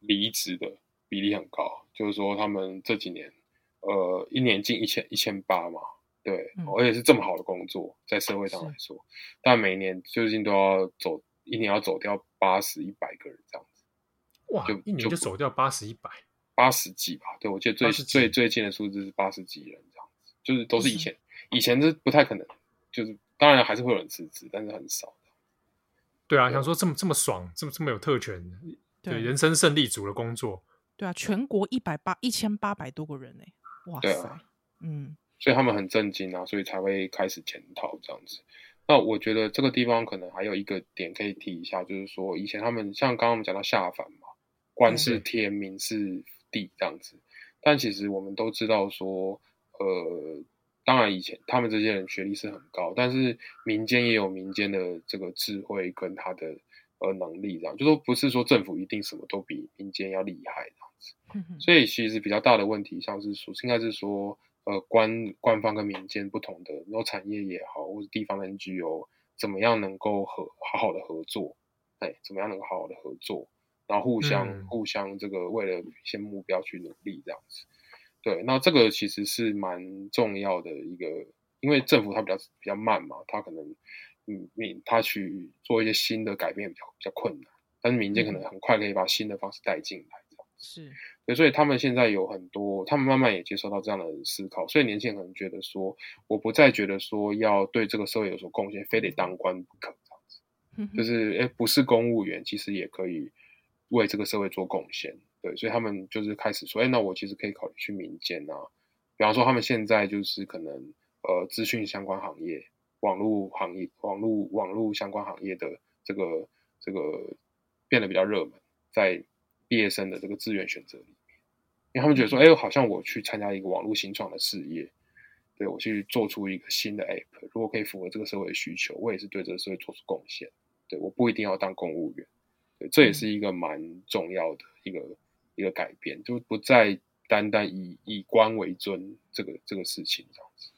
D: 离职的比例很高，就是说他们这几年呃一年进一千一千八嘛，对，
C: 嗯
D: 而且是这么好的工作，在社会上来说，但每年最近都要走一年要走掉八十一百个人这样子，
B: 哇
D: 就，
B: 一年
D: 就
B: 就走掉八十一百，
D: 八十几吧，对我记得最
B: 80几
D: 最最近的数字是八十几人这样子，就是都是以
C: 是
D: 前以前是不太可能，就是当然还是会有人辞职，但是很少。
B: 对啊，想说这么这么爽，这么这么有特权，对人生胜利组的工作，
C: 对啊，全国一百八一千八百多个人呢、欸哇
D: 对啊
C: 塞，嗯
D: 所以他们很震惊啊，所以才会开始检讨这样子。那我觉得这个地方可能还有一个点可以提一下，就是说以前他们像刚刚我们讲到下凡嘛，官是天，民是地这样子。但其实我们都知道说，呃，当然以前他们这些人学历是很高，但是民间也有民间的这个智慧跟他的呃能力这样，就说不是说政府一定什么都比民间要厉害这样子。
C: 哼嗯哼
D: 所以其实比较大的问题，像是说应该是说，呃，官官方跟民间不同的，然后产业也好，或者地方的 NGO 怎么样能够合好好的合作，哎，怎么样能够好好的合作，然后互相、
B: 嗯
D: 互相这个为了一些目标去努力这样子。对，那这个其实是蛮重要的一个，因为政府它比较比较慢嘛，它可能嗯，你它去做一些新的改变比较比较困难，但是民间可能很快可以把新的方式带进来这样。
C: 是
D: 对，所以他们现在有很多，他们慢慢也接受到这样的思考，所以年轻人可能觉得说，我不再觉得说要对这个社会有所贡献，非得当官不可，这样子
C: 嗯哼哼
D: 就是哎，诶不是公务员，其实也可以为这个社会做贡献。对，所以他们就是开始说，哎，那我其实可以考虑去民间啊，比方说他们现在就是可能呃资讯相关行业、网络行业、网络网络相关行业的这个这个变得比较热门，在毕业生的这个志愿选择里面，因为他们觉得说，哎，好像我去参加一个网络新创的事业，对我去做出一个新的 app，如果可以符合这个社会的需求，我也是对这个社会做出贡献，对，我不一定要当公务员。对，这也是一个蛮重要的一个、一个改变，就不再单单以以官为尊这个这个事情这样子。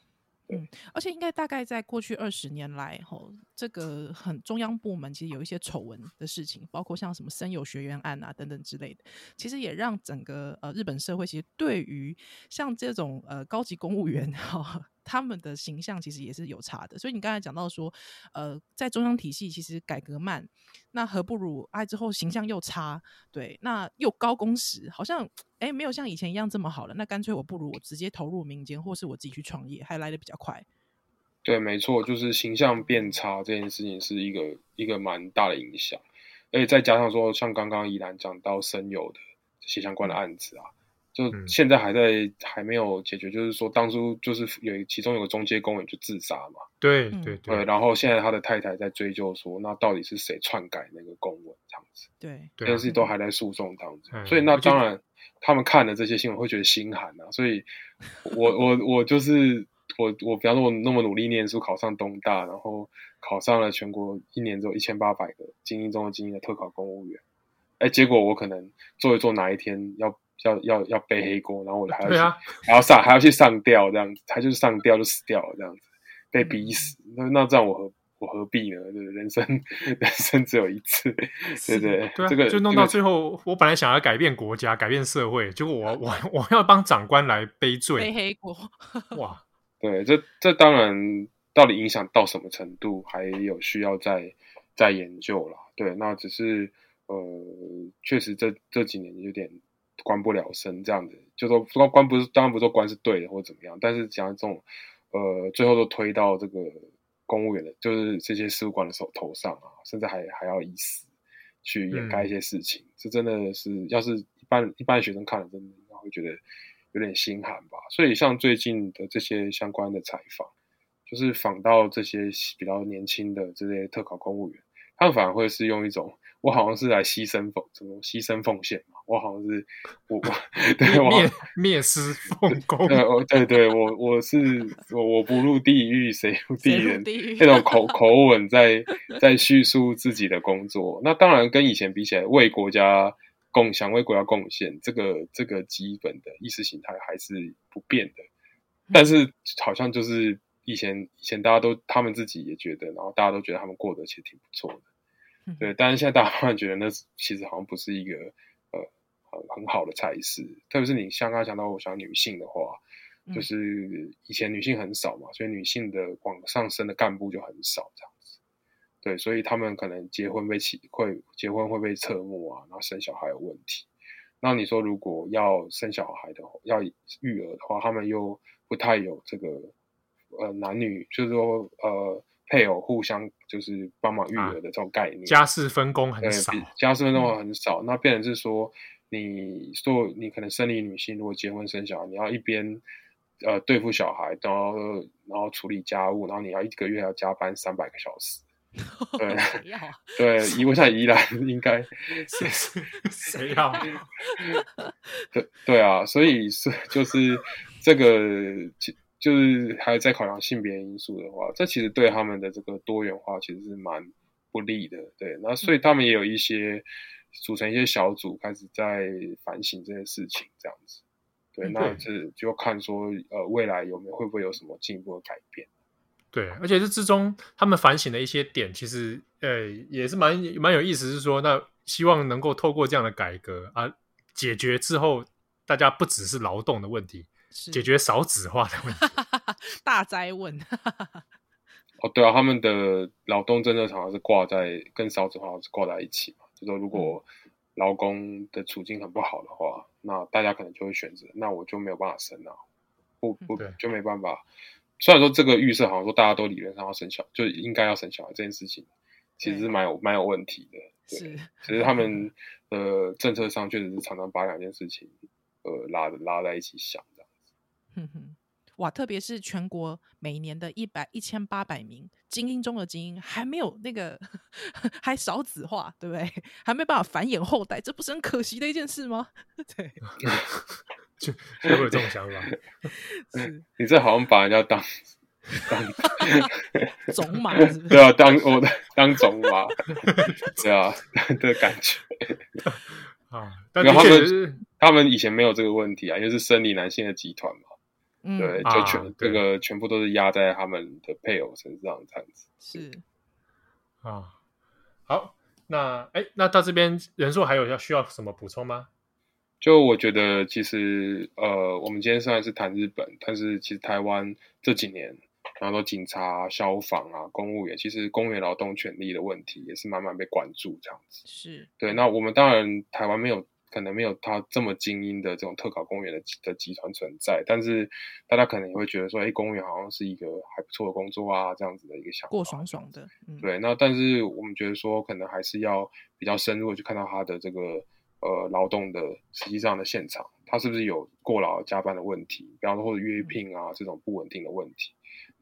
C: 而且应该大概在过去二十年来，吼，这个很中央部门其实有一些丑闻的事情，包括像什么生有学员案啊等等之类的，其实也让整个呃日本社会其实对于像这种呃高级公务员哈。他们的形象其实也是有差的，所以你刚才讲到说，呃，在中央体系其实改革慢，那何不如爱之后形象又差，对，那又高工时，好像哎、诶没有像以前一样这么好了，那干脆我不如我直接投入民间，或是我自己去创业，还来得比较快。
D: 对，没错，就是形象变差这件事情是一个一个蛮大的影响，而且再加上说，像刚刚依兰讲到生友的这些相关的案子啊，就
B: 嗯
D: 现在还在还没有解决，就是说当初就是有一其中有个中介工人就自杀嘛，
B: 对
C: 嗯
B: 对
D: 对，
B: 对
D: 然后现在他的太太在追究说，那到底是谁篡改那个公文这样子？
C: 对，
B: 对
D: 这
B: 啊
D: 件，事都还在诉讼当中，
B: 嗯
D: 所以那
B: 而且
D: 当然他们看了这些新闻会觉得心寒啊。所以我，我我就是我我，比方说我那么努力念书，考上东大，然后考上了全国一年只有一千八百个精英中的精英的特考公务员，哎，结果我可能做一做，哪一天要要要要背黑锅，然后我还要去，
B: 对啊，
D: 还要上还要去上吊这样子，他就是上吊就死掉了这样子，
B: 嗯
D: 被逼死。那那这样我何我何必呢？对，人生 (laughs) 人生只有一次，对对
B: 对啊，
D: 这个
B: 就弄到
D: 这
B: 最后，我本来想要改变国家、改变社会，结果我我我要帮长官来背
C: 背
B: 罪，
C: 黑锅，
B: 哇！
D: 对，这这当然到底影响到什么程度，还有需要再再研究啦。对，那只是呃，确实这这几年有点关不了身这样子，就说说关不是当然不是说关是对的或怎么样，但是讲这种呃，最后都推到这个公务员的，就是这些事务官的手头上啊，甚至还还要以死去掩盖一些事情，这真的是要是一般一般的学生看了，真的应该会觉得有点心寒吧。所以像最近的这些相关的采访，就是访到这些比较年轻的这些特考公务员，他们反而会是用一种。我好像是来牺牲奉什么牺牲奉献嘛，我好像是我 (laughs) 我 (laughs) 对呃我好
B: 灭灭失奉
D: (laughs)
B: 公，
D: 对，我对对，我我是我我不入地狱，谁入地
C: 谁
D: 狱
C: 入？地狱
D: 那？种口口吻在在叙述自己的工作，那当然跟以前比起来，为国家贡献、为国家贡献，这个这个基本的意识形态还是不变的。
C: 嗯
D: 但是好像就是以前以前大家都他们自己也觉得，然后大家都觉得他们过得其实挺不错的。
C: 嗯
D: 对，但是现在大家慢慢觉得那是其实好像不是一个呃很很好的菜式，特别是你像刚才讲到，我想女性的话，
C: 嗯
D: 就是以前女性很少嘛，所以女性的往上升的干部就很少这样子。对，所以他们可能结婚被起会结婚会被侧目啊，然后生小孩有问题。那你说如果要生小孩的话，要育儿的话，他们又不太有这个呃男女，就是说呃配偶互相就是帮忙育
B: 啊
D: 儿的这种概念。
B: 家事分工很
D: 对，
B: 少，
D: 呃
B: 嗯
D: 比加分的话很少，那变成是说，你做你可能生理女性，如果结婚生小孩，你要一边呃对付小孩，然后然后处理家务，然后你要一个月要加班三百个小时。对
C: 谁要啊？
B: (laughs)
D: 对，以我想宜兰 (laughs) 应该
B: 谁谁谁要？
D: 对对啊，所以是 (laughs) 就是这个其就是还有在考量性别因素的话，这其实对他们的这个多元化其实是蛮不利的。对，那所以他们也有一些组成一些小组，开始在反省这件事情，这样子。对，
C: 嗯
D: 那这就看说呃未来有没有会不会有什么进一步的改变。
B: 对，而且这之中他们反省的一些点，其实呃也是蛮蛮有意思，是说那希望能够透过这样的改革啊，解决之后大家不只是劳动的问题，
C: 是
B: 解决少子化的问题。 (laughs)
C: 大灾问，
D: 哦，对啊，他们的劳动政策常常是挂在跟少子化是挂在一起嘛，就说如果劳工的处境很不好的话，那大家可能就会选择，那我就没有办法生啊，不不
B: 对
D: 就没办法。虽然说这个预设好像说大家都理论上要生小，就应该要生小孩这件事情，其实是
C: 对
D: 蛮有蛮有问题的。
C: 是
D: 只是他们呃政策上确实是常常把两件事情呃拉拉在一起想的。
C: 哼嗯哼，哇！特别是全国每年的一百一千八百名精英中的精英，还没有那个还少子化，对不对？还没办法繁衍后代，这不是很可惜的一件事吗？ (laughs) 对，
B: 就就会有这种想法，
C: (laughs)
D: (laughs)
C: 是
D: 你这好像把人家当 (laughs)
C: 种马是不
D: (laughs) 对
C: 是？
D: 啊，当我的当种马，对啊的感觉。
B: 啊，但
D: 然
B: 的
D: 后他
B: 确
D: 们
B: 是
D: 他们以前没有这个问题啊，因为是生理男性的集团嘛，
C: 嗯，
D: 对，
B: 啊
D: 就
B: 对
D: 全、这个全部都是压在他们的配偶身上这样子。
C: 是
B: 啊，好，那哎，那到这边人数还有要需要什么补充吗？
D: 就我觉得，其实呃，我们今天虽然是谈日本，但是其实台湾这几年，然后警察、消防啊、公务员，其实公务员劳动权利的问题也是慢慢被关注这样子。
C: 是，
D: 对，那我们当然台湾没有，可能没有他这么精英的这种特考公务员的集的集团存在，但是大家可能也会觉得说，哎，公务员好像是一个还不错的工作啊，这样子的一个想法。
C: 过爽爽的，嗯，
D: 对，那但是我们觉得说，可能还是要比较深入的去看到他的这个呃劳动的实际上的现场，他是不是有过劳加班的问题，比方说或者约聘啊这种不稳定的问题。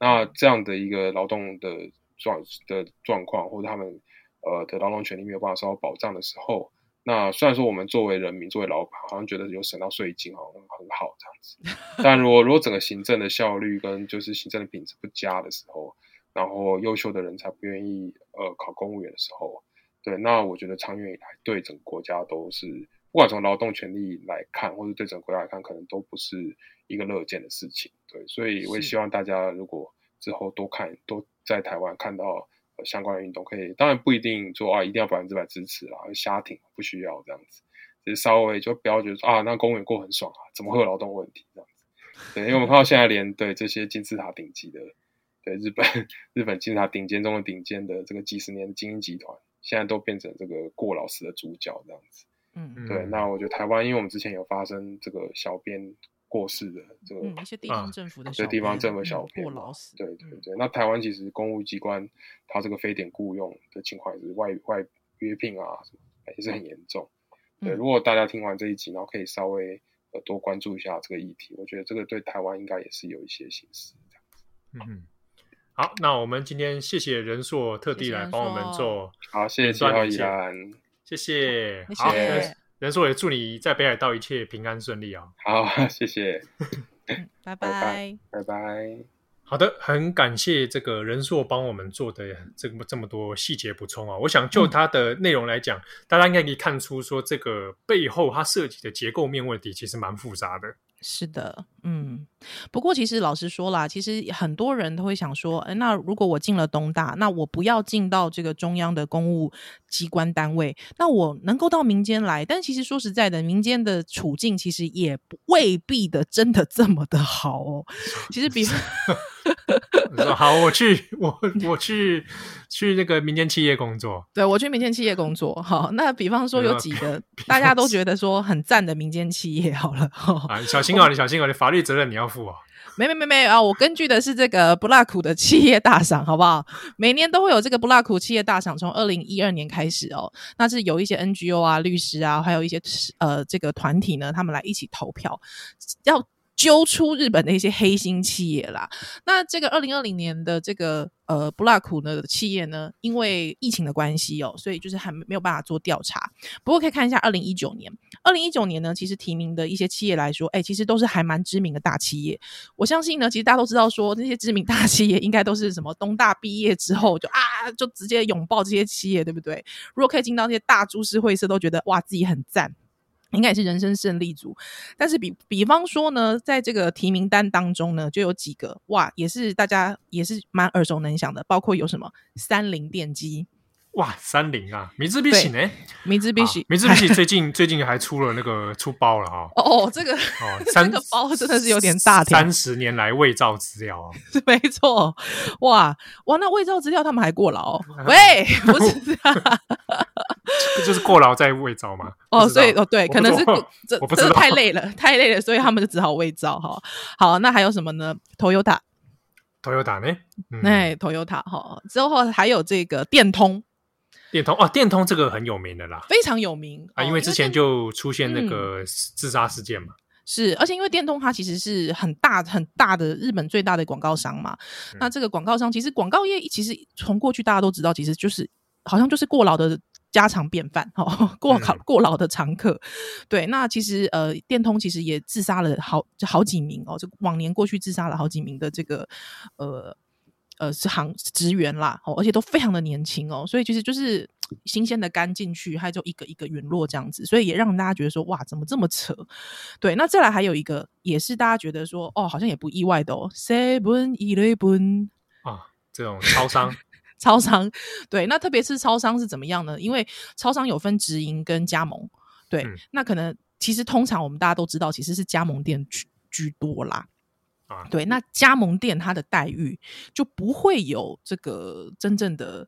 D: 那这样的一个劳动的状的状况，或者他们呃的劳动权利没有办法受到保障的时候，那虽然说我们作为人民、作为老板，好像觉得有省到税金，好像很好这样子。 (laughs) 但如果如果整个行政的效率跟就是行政的品质不佳的时候，然后优秀的人才不愿意呃考公务员的时候，对，那我觉得长远以来对整个国家都是不管从劳动权利来看，或者对整个国家来看，可能都不是一个乐见的事情。对，所以我也
C: 是
D: 希望大家如果之后多看，多在台湾看到、呃相关的运动，可以当然不一定说啊，一定要百分之百支持啊，瞎挺不需要这样子，只是稍微就不要觉得说啊，那公务员过很爽啊，怎么会有劳动问题这样子？对，因为我们看到现在连对这些金字塔顶级的，对日本日本金字塔顶尖中的顶尖的这个几十年的精英集团，现在都变成这个过劳死的主角这样子。
C: 嗯
D: 对，那我觉得台湾，因为我们之前有发生这个小编过世的这个，
C: 嗯，一些地
B: 啊
C: 方政府的
D: 对
C: 小
D: 地方
C: 编
D: 政府
C: 嗯
D: 小编
C: 过
D: 嘛
C: 劳死，
D: 对对
C: 嗯
D: 对。那台湾其实公务机关它这个非典雇佣的情况也是外外约聘啊什么的，也是很严重。对，
C: 嗯
D: 如果大家听完这一集，然后可以稍微呃多关注一下这个议题，我觉得这个对台湾应该也是有一些形式。
B: 嗯嗯，好，那我们今天谢谢仁硕特
C: 谢
B: 地
C: 谢
B: 来
C: 仁
B: 帮我们
C: 硕
B: 做，
D: 好，谢谢七
B: 算
D: 号
B: 理
D: 依
B: 解
D: 然，
B: 谢谢。
C: 谢
B: 好，
C: 谢
B: 仁仁硕也祝你在北海道一切平安顺利啊、
D: 好，谢谢，
C: 嗯拜
D: 拜
C: 拜。
D: 拜拜。
B: 好的，很感谢这个任硕帮我们做的这么这么多细节补充啊。我想就它的内容来讲，大家应该可以看出说，这个背后它涉及的结构面问题其实蛮复杂的。
C: 是的，嗯，不过其实老实说啦，其实很多人都会想说，诶那如果我进了东大，那我不要进到这个中央的公务机关单位，那我能够到民间来。但其实说实在的，民间的处境其实也不未必的真的这么的好 (laughs) 哦。其实比方
B: 你说好，我去，我我去去那个民间企业工作，
C: 对我去民间企业工作，哈，那比方说有几个大家都觉得说嗯很赞的民间企业，好了，哈，
B: 啊，小心哦，你小心哦，你法律责任你要负哦。
C: 没没没没啊！我根据的是这个布拉库的企业大赏，好不好？每年都会有这个布拉库企业大赏，从二零一二年开始哦，那是有一些 NGO 啊、律师啊，还有一些呃这个团体呢，他们来一起投票，要揪出日本的一些黑心企业啦。那这个二零二零年的这个呃布拉库呢企业呢，因为疫情的关系哦，所以就是还没有办法做调查。不过可以看一下二零一九年，二零一九年呢，其实提名的一些企业来说，哎，其实都是还蛮知名的大企业。我相信呢，其实大家都知道说，那些知名大企业应该都是什么东大毕业之后就啊，就直接拥抱这些企业，对不对？如果可以进到那些大株式会社，都觉得哇，自己很赞。应该也是人生胜利组，但是比比方说呢，在这个提名单当中呢，就有几个哇，也是大家也是蛮耳熟能详的，包括有什么三菱电机、
B: 哇，三菱啊，米字必喜呢？
C: 明治必须
B: 啊、米字必喜最近最近还出了那个出包了啊、哦。
C: (laughs) 哦，这个、
B: 哦
C: (laughs) 这
B: 三
C: 个包真的是有点大条，
B: 三十年来伪造资料啊、 (laughs)
C: 没错，哇哇，那伪造资料他们还过劳
B: 啊
C: 哦、喂，不是
B: (laughs)
C: 啊，
B: 这就是过劳在伪造嘛。
C: 哦，
B: 不知道
C: 所以哦，
B: 我
C: 对，可
B: 不
C: 能
B: 知
C: 是
B: 道 (laughs)
C: 故这
B: 我不
C: 真
B: 知
C: 的
B: 道
C: 太累了，太累了，所以他们就只好伪造哈。好，那还有什么呢？Toyota，
B: Toyota 呢？嗯，
C: 哎、Toyota 哈，之后还有这个电通，
B: 电通哦，电通这个很有名的啦
C: 非常有名
B: 啊，
C: 哦嗯
B: 因为之前
C: 电
B: 就出现那个自杀事件嘛。
C: 是，而且因为电通它其实是很大很大的日本最大的广告商嘛，那这个广告商其实广告业其实从过去大家都知道，其实就是好像就是过劳的。家常便饭，哦，过考
B: 嗯
C: 过劳的常客，对，那其实呃，电通其实也自杀了好好几名哦，就往年过去自杀了好几名的这个呃呃是行职员啦，哦，而且都非常的年轻哦，所以其实就是嘖新鲜的干进去，还就一个一个陨落这样子，所以也让大家觉得说哇，怎么这么扯？对，那再来还有一个也是大家觉得说哦，好像也不意外的哦，Seven Eleven
B: 啊，这种超商
C: (laughs) 超商，对，那特别是超商是怎么样呢？因为超商有分直营跟加盟，对，
B: 嗯
C: 那可能其实通常我们大家都知道，其实是加盟店居居多啦。
B: 啊，
C: 对，那加盟店它的待遇就不会有这个真正的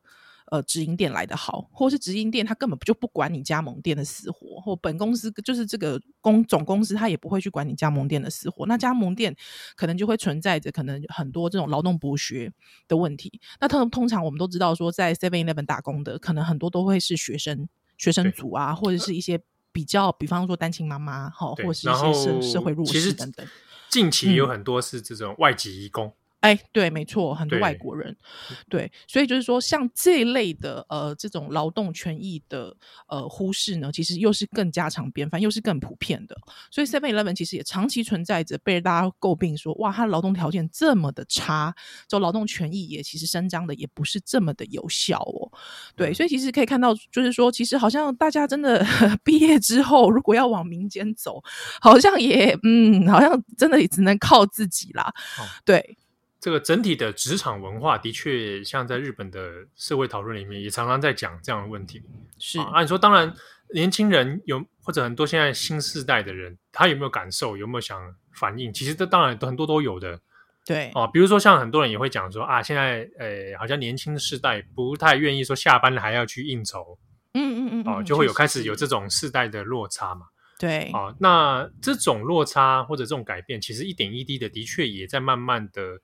C: 呃直营店来的好，或是直营店它根本就不管你加盟店的死活，或本公司就是这个公总公司它也不会去管你加盟店的死活。那加盟店可能就会存在着可能很多这种劳动剥削的问题。那通通常我们都知道说，在 Seven Eleven 打工的，可能很多都会是学生学生
B: 对呃
C: 族啊，或者是一些。比较，比方说单亲妈妈哈，
B: 对
C: 或是一
B: 然
C: 些
B: 后
C: 社社会弱
B: 其
C: 势
B: 实
C: 等等，嗯
B: 近期有很多是这种外籍移工
C: 哎，对，没错，很多
B: 对嗯
C: 外国人，对，所以就是说，像这一类的呃这种劳动权益的呃忽视呢，其实又是更家常便饭，又是更普遍的。
B: 嗯
C: 所以 Seven Eleven 其实也长期存在着被大家诟病说，哇，它劳动条件这么的差，就劳动权益也其实伸张的也不是这么的有效哦。对，
B: 嗯
C: 所以其实可以看到，就是说，其实好像大家真的 (laughs) 毕业之后，如果要往民间走，好像也嗯，好像真的也只能靠自己啦。
B: 哦
C: 对，
B: 这个整体的职场文化的确，像在日本的社会讨论里面，也常常在讲这样的问题。
C: 是
B: 啊，按、你说，当然，年轻人有或者很多现在新世代的人，他有没有感受，有没有想反应？其实这当然都很多都有的
C: 对，
B: 啊。比如说，像很多人也会讲说啊，现在呃，好像年轻世代不太愿意说下班了还要去应酬
C: 嗯嗯嗯，
B: 啊，
C: 嗯
B: 就会有
C: 确实
B: 开始有
C: 是
B: 这种世代的落差嘛。
C: 对，
B: 啊，那这种落差或者这种改变，其实一点一滴的，的确也在慢慢的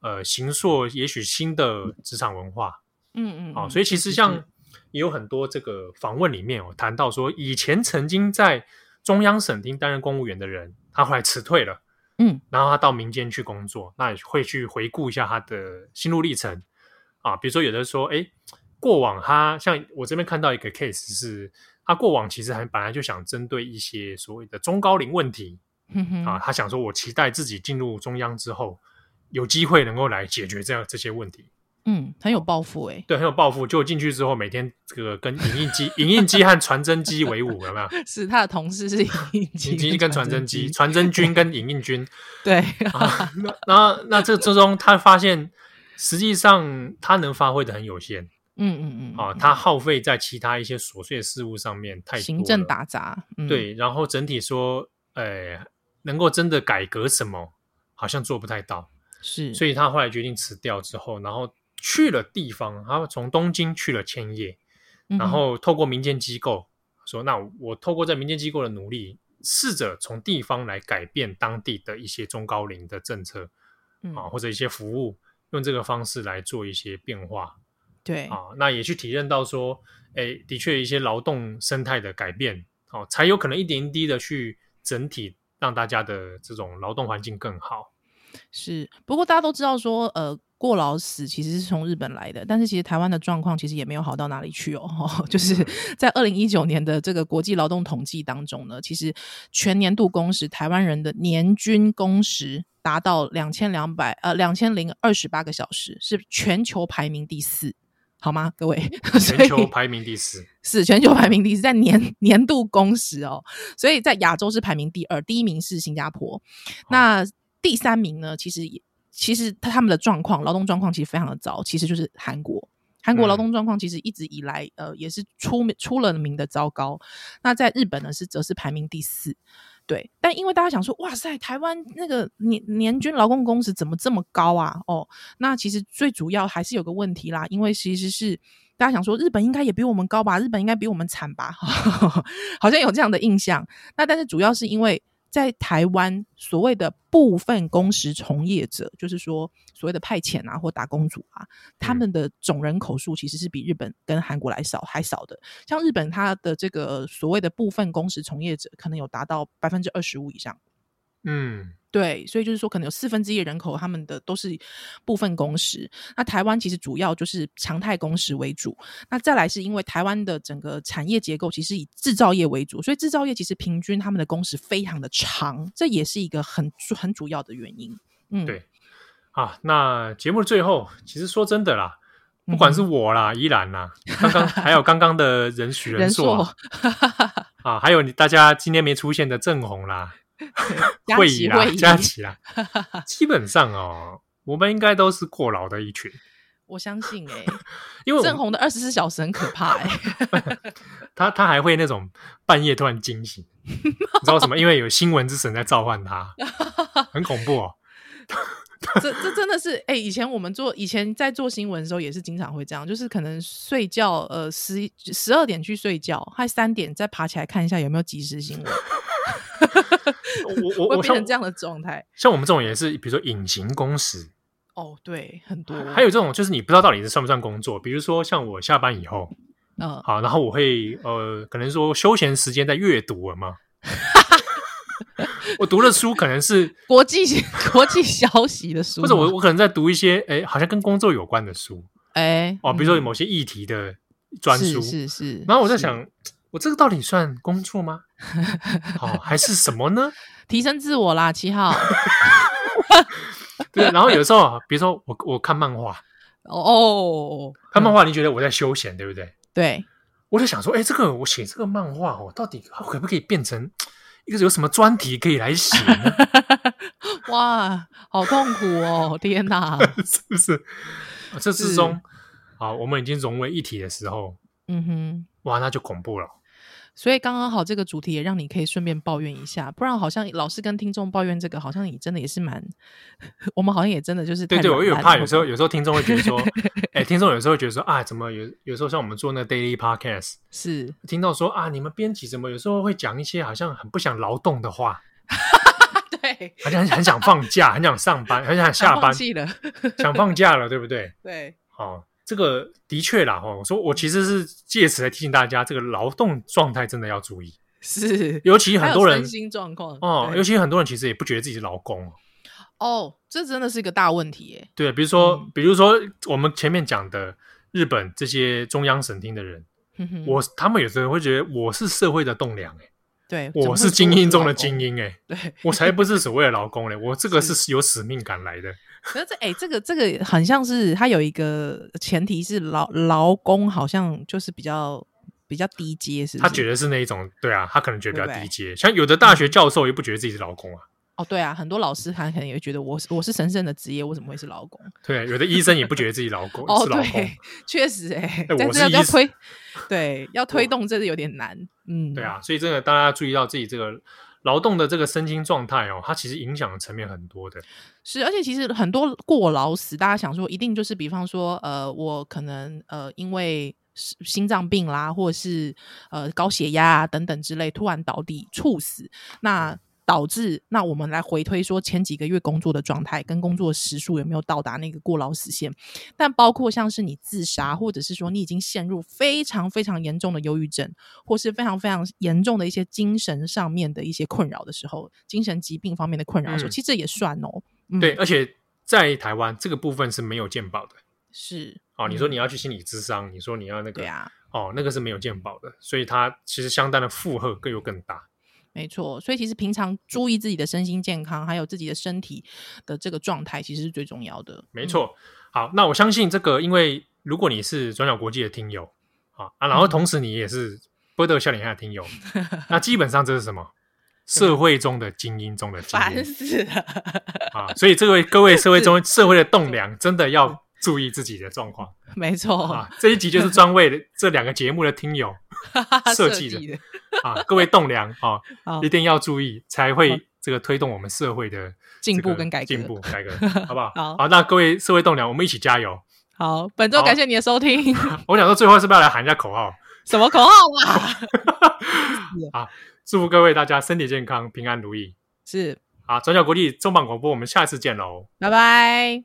B: 呃形塑，也许新的职场文化
C: 嗯嗯，
B: 啊。
C: 嗯
B: 所以其
C: 是
B: 实
C: 是
B: 像也有很多这个访问里面，我哦谈到说，以前曾经在中央省厅担任公务员的人，他后来辞退了，
C: 嗯，
B: 然后他到民间去工作，那也会去回顾一下他的心路历程啊。比如说，有的说，哎，过往他像我这边看到一个 case 是，他过往其实还本来就想针对一些所谓的中高龄问题
C: 哼哼
B: 啊，他想说，我期待自己进入中央之后，有机会能够来解决这样这些问题。
C: 嗯，很有抱负哎，
B: 对，很有抱负。就进去之后，每天这个跟影印机、影印机和传真机为伍， (laughs) 有没有？
C: 是他的同事是已
B: 影印机
C: 经
B: 跟传真机、传真军跟影印 (laughs) 军，
C: 对，
B: 啊，那那那这之中，他发现实际上他能发挥的很有限
C: 嗯嗯嗯，
B: 啊，
C: 嗯
B: 他耗费在其他一些琐碎的事物上面太多了
C: 行政打杂，嗯，
B: 对，然后整体说，呃，能够真的改革什么，好像做不太到，
C: 是，
B: 所
C: 以
B: 以他后来决定辞掉之后，然后去了地方，他从东京去了千叶，
C: 嗯
B: 然后透过民间机构说，那我透过在民间机构的努力，试着从地方来改变当地的一些中高龄的政策。
C: 嗯
B: 啊，或者一些服务，用这个方式来做一些变化
C: 对，
B: 啊，那也去体验到说，哎，的确一些劳动生态的改变，哦、才有可能一点一滴的去整体让大家的这种劳动环境更好。
C: 是，不过大家都知道说，呃，过劳死其实是从日本来的，但是其实台湾的状况其实也没有好到哪里去哦。 (laughs) 就是
B: 嗯
C: 在二零一九年的这个国际劳动统计当中呢，其实全年度工时，台湾人的年均工时达到两千两百呃两千零二十八个小时，是全球排名第四。好吗，各位？ (laughs) 所
B: 全
C: 以
B: 球排名第四，
C: 是全球排名第四，在年年度工时哦，所以在亚洲是排名第二，第一名是新加坡，那第三名呢，其实也其实他他们的状况，劳动状况其实非常的糟，其实就是韩国。韩国劳
B: 嗯
C: 动状况其实一直以来，呃，也是出名出了名的糟糕。那在日本呢，是则是排名第四，对。但因为大家想说，哇塞，台湾那个年年均劳动工时怎么这么高啊？哦，那其实最主要还是有个问题啦，因为其实是大家想说，日本应该也比我们高吧，日本应该比我们惨吧， (laughs) 好像有这样的印象。那但是主要是因为在台湾所谓的部分工时从业者，就是说所谓的派遣啊或打工族啊，他们的总人口数其实是比日本跟韩国来少还少的。像日本，它的这个所谓的部分工时从业者，可能有达到百分之二十五以上。
B: 嗯，
C: 对，所以就是说，可能有四分之一的人口，他们的都是部分工时。那台湾其实主要就是常态工时为主。那再来是因为台湾的整个产业结构其实以制造业为主，所以制造业其实平均他们的工时非常的长，这也是一个很主很主要的原因。嗯，
B: 对啊，那节目最后，其实说真的啦。
C: 嗯
B: 不管是我啦、依然
C: (laughs)
B: 啦，刚刚还有刚刚的人许
C: 人
B: 人硕
C: 数
B: 啊啊，还有你大家今天没出现的郑红
C: (laughs)
B: 啦，
C: 佳
B: 会
C: 琪
B: 议啦
C: 会，议
B: 佳琪
C: (laughs)
B: 啦，基本上哦，我们应该都是过劳的一群，
C: 我相
B: (laughs)
C: 信哎、
B: 因为我
C: 正红的二十四小时很可怕哎、
B: 他他还会那种半夜突然惊
C: (laughs)
B: 醒，你知道为什么？因为有新闻之神在召唤他，很恐怖哦。
C: 这这真的是哎、以前我们做以前在做新闻的时候也是经常会这样，就是可能睡觉呃十十二点去睡觉，还三点再爬起来看一下有没有即时新闻，
B: 我我
C: 会
B: 我
C: 变
B: 像
C: 成这样的状态。
B: 像我们这种也是，比如说隐形工时，
C: 哦，对，很多
B: 还有这种就是你不知道到底是算不算工作。比如说像我下班以后，
C: 嗯，
B: 好，呃
C: (laughs)
B: 然后我会呃，可能说休闲时间在阅读了嘛，我读的书可能
C: (laughs)
B: 是，
C: 国际国际消息的书
B: 或
C: 吗，
B: 者我我可能在读一些，哎，好像跟工作有关的书
C: 哎
B: 哦，比如说有
C: 嗯
B: 某些议题的专书。
C: 是是是。
B: 然后我在
C: 是
B: 想，我这个到底算工作吗？哦，还是什么呢？
C: 提升自我啦，七号。
B: 对，
C: (laughs)
B: 然后有时候啊，比如说我我看漫画，
C: 哦，
B: 看漫画，你觉得我在休闲，对不对？
C: 对，
B: 我就想说，哎，这个我写这个漫画哦，到底它可不可以变成一个有什么专题可以来写呢？
C: 哇，好痛苦哦，天哪，
B: 是不是？啊这之
C: 是
B: 中，啊，我们已经融为一体的时候，
C: 嗯哼。
B: 哇，那就恐怖了。
C: 所以刚刚好这个主题也让你可以顺便抱怨一下，不然好像老是跟听众抱怨这个，好像你真的也是蛮， (laughs) 我们好像也真的就是
B: 对
C: 太
B: 对，
C: 软
B: 我有
C: 烂
B: 怕，
C: 了
B: 有时候有时候听众会觉得说，哎，听众有时候会觉得说啊，怎么有有时候像我们做那 daily podcast，
C: 是
B: 听到说啊，你们编辑怎么有时候会讲一些好像很不想劳动的话，
C: 啊对，
B: 好像很很想放假，很想上班，很想下
C: 想 (laughs) 放
B: 班，
C: 弃了，
B: 想放假了，对不对？
C: 对，
B: 哦，这个的确啦，哦，我说我其实是借此来提醒大家，这个劳动状态真的要注意，
C: 是
B: 尤其
C: 还
B: 很
C: 有
B: 多人
C: 身心状况
B: 哦，
C: 对
B: 尤其很多人其实也不觉得自己是劳工哦。
C: 哦，这真的是一个大问题耶，
B: 对，比如说，
C: 嗯
B: 比如说我们前面讲的日本这些中央省厅的人，
C: 哼哼
B: 我他们有时候会觉得我是社会的栋梁、欸，
C: 对
B: 我是精英中的精
C: 英，
B: 英、欸，
C: 对，
B: 我才不是所谓的劳
C: (laughs)
B: 工嘞，我这个是有使命感来的。
C: 可是这哎、这个这个很像是它有一个前提是劳劳工好像就是比较比较低阶，是不
B: 他
C: 是？
B: 觉
C: 得
B: 得是那一种，对啊，他可能觉得比较
C: 对不对
B: 低阶，像有的大学教授也不觉得自己是劳工啊，
C: 哦，对啊，很多老师他可能也会觉得我是我是神圣的职业，我怎么会是劳
B: (laughs)
C: 工？
B: 对，有的医生也不觉得自己劳
C: (laughs)
B: 工
C: 哦，
B: 是劳工
C: 对，，确实 (laughs) 哎、
B: 哎
C: 但
B: 我是
C: 是要
B: 医
C: 要
B: 师
C: 推，
B: (laughs)
C: 对，要推动这个有点难，嗯，
B: 对，啊，所以真的大家要注意到自己这个劳动的这个身心状态哦，它其实影响层面很多的。
C: 是，而且其实很多过劳死，大家想说一定就是，比方说，呃，我可能呃因为是心脏病啦，或者是呃高血压啊等等之类，突然倒地猝死，那导致那我们来回推说前几个月工作的状态跟工作时数有没有到达那个过劳死线，但包括像是你自杀，或者是说你已经陷入非常非常严重的忧郁症，或是非常非常严重的一些精神上面的一些困扰的时候，精神疾病方面的困扰的时候，
B: 嗯
C: 其实这也算哦。嗯
B: 对，，而且在台湾这个部分是没有健保的
C: 是
B: 哦。你说
C: 嗯
B: 你要去心理咨商，你说你要那个
C: 对，啊，
B: 哦，那个是没有健保的，所以它其实相当的负荷更有更大。
C: 没错。所以其实平常注意自己的身心健康，还有自己的身体的这个状态，其实是最重要的。嗯
B: 没错。好，那我相信这个，因为如果你是转角国际的听友啊啊，然后
C: 嗯
B: 同时你也是波德笑脸下的
C: (laughs)
B: 听友，那基本上这是什么？社会中的精英中的
C: 嗯，
B: 精
C: 烦
B: 英
C: 死了，
B: 啊！所以这位各位社会
C: (laughs)
B: 中社会的栋梁，真的要注意自己的状况
C: 没错，
B: 啊！这一集就是专为这两个节目的听友 (laughs) 设计的
C: 的。
B: (laughs) 啊，各位栋梁啊，
C: 好
B: 一定要注意，才会这个推动我们社会的
C: 进
B: 这个
C: 步跟改革
B: 进步改
C: (laughs)
B: 革，好不好？
C: 好
B: 好，那各位社会栋梁，我们一起加油！
C: 好，本周
B: 好
C: 感谢你的收听。 (laughs)
B: 我想说，最后是不是要来喊一下口号？
C: 什么口号啊？ (laughs)
B: (laughs) 祝福各位大家身体健康、平安如意。
C: 是，
B: 好，转角国际重磅广播，我们下次见喽。
C: 拜拜。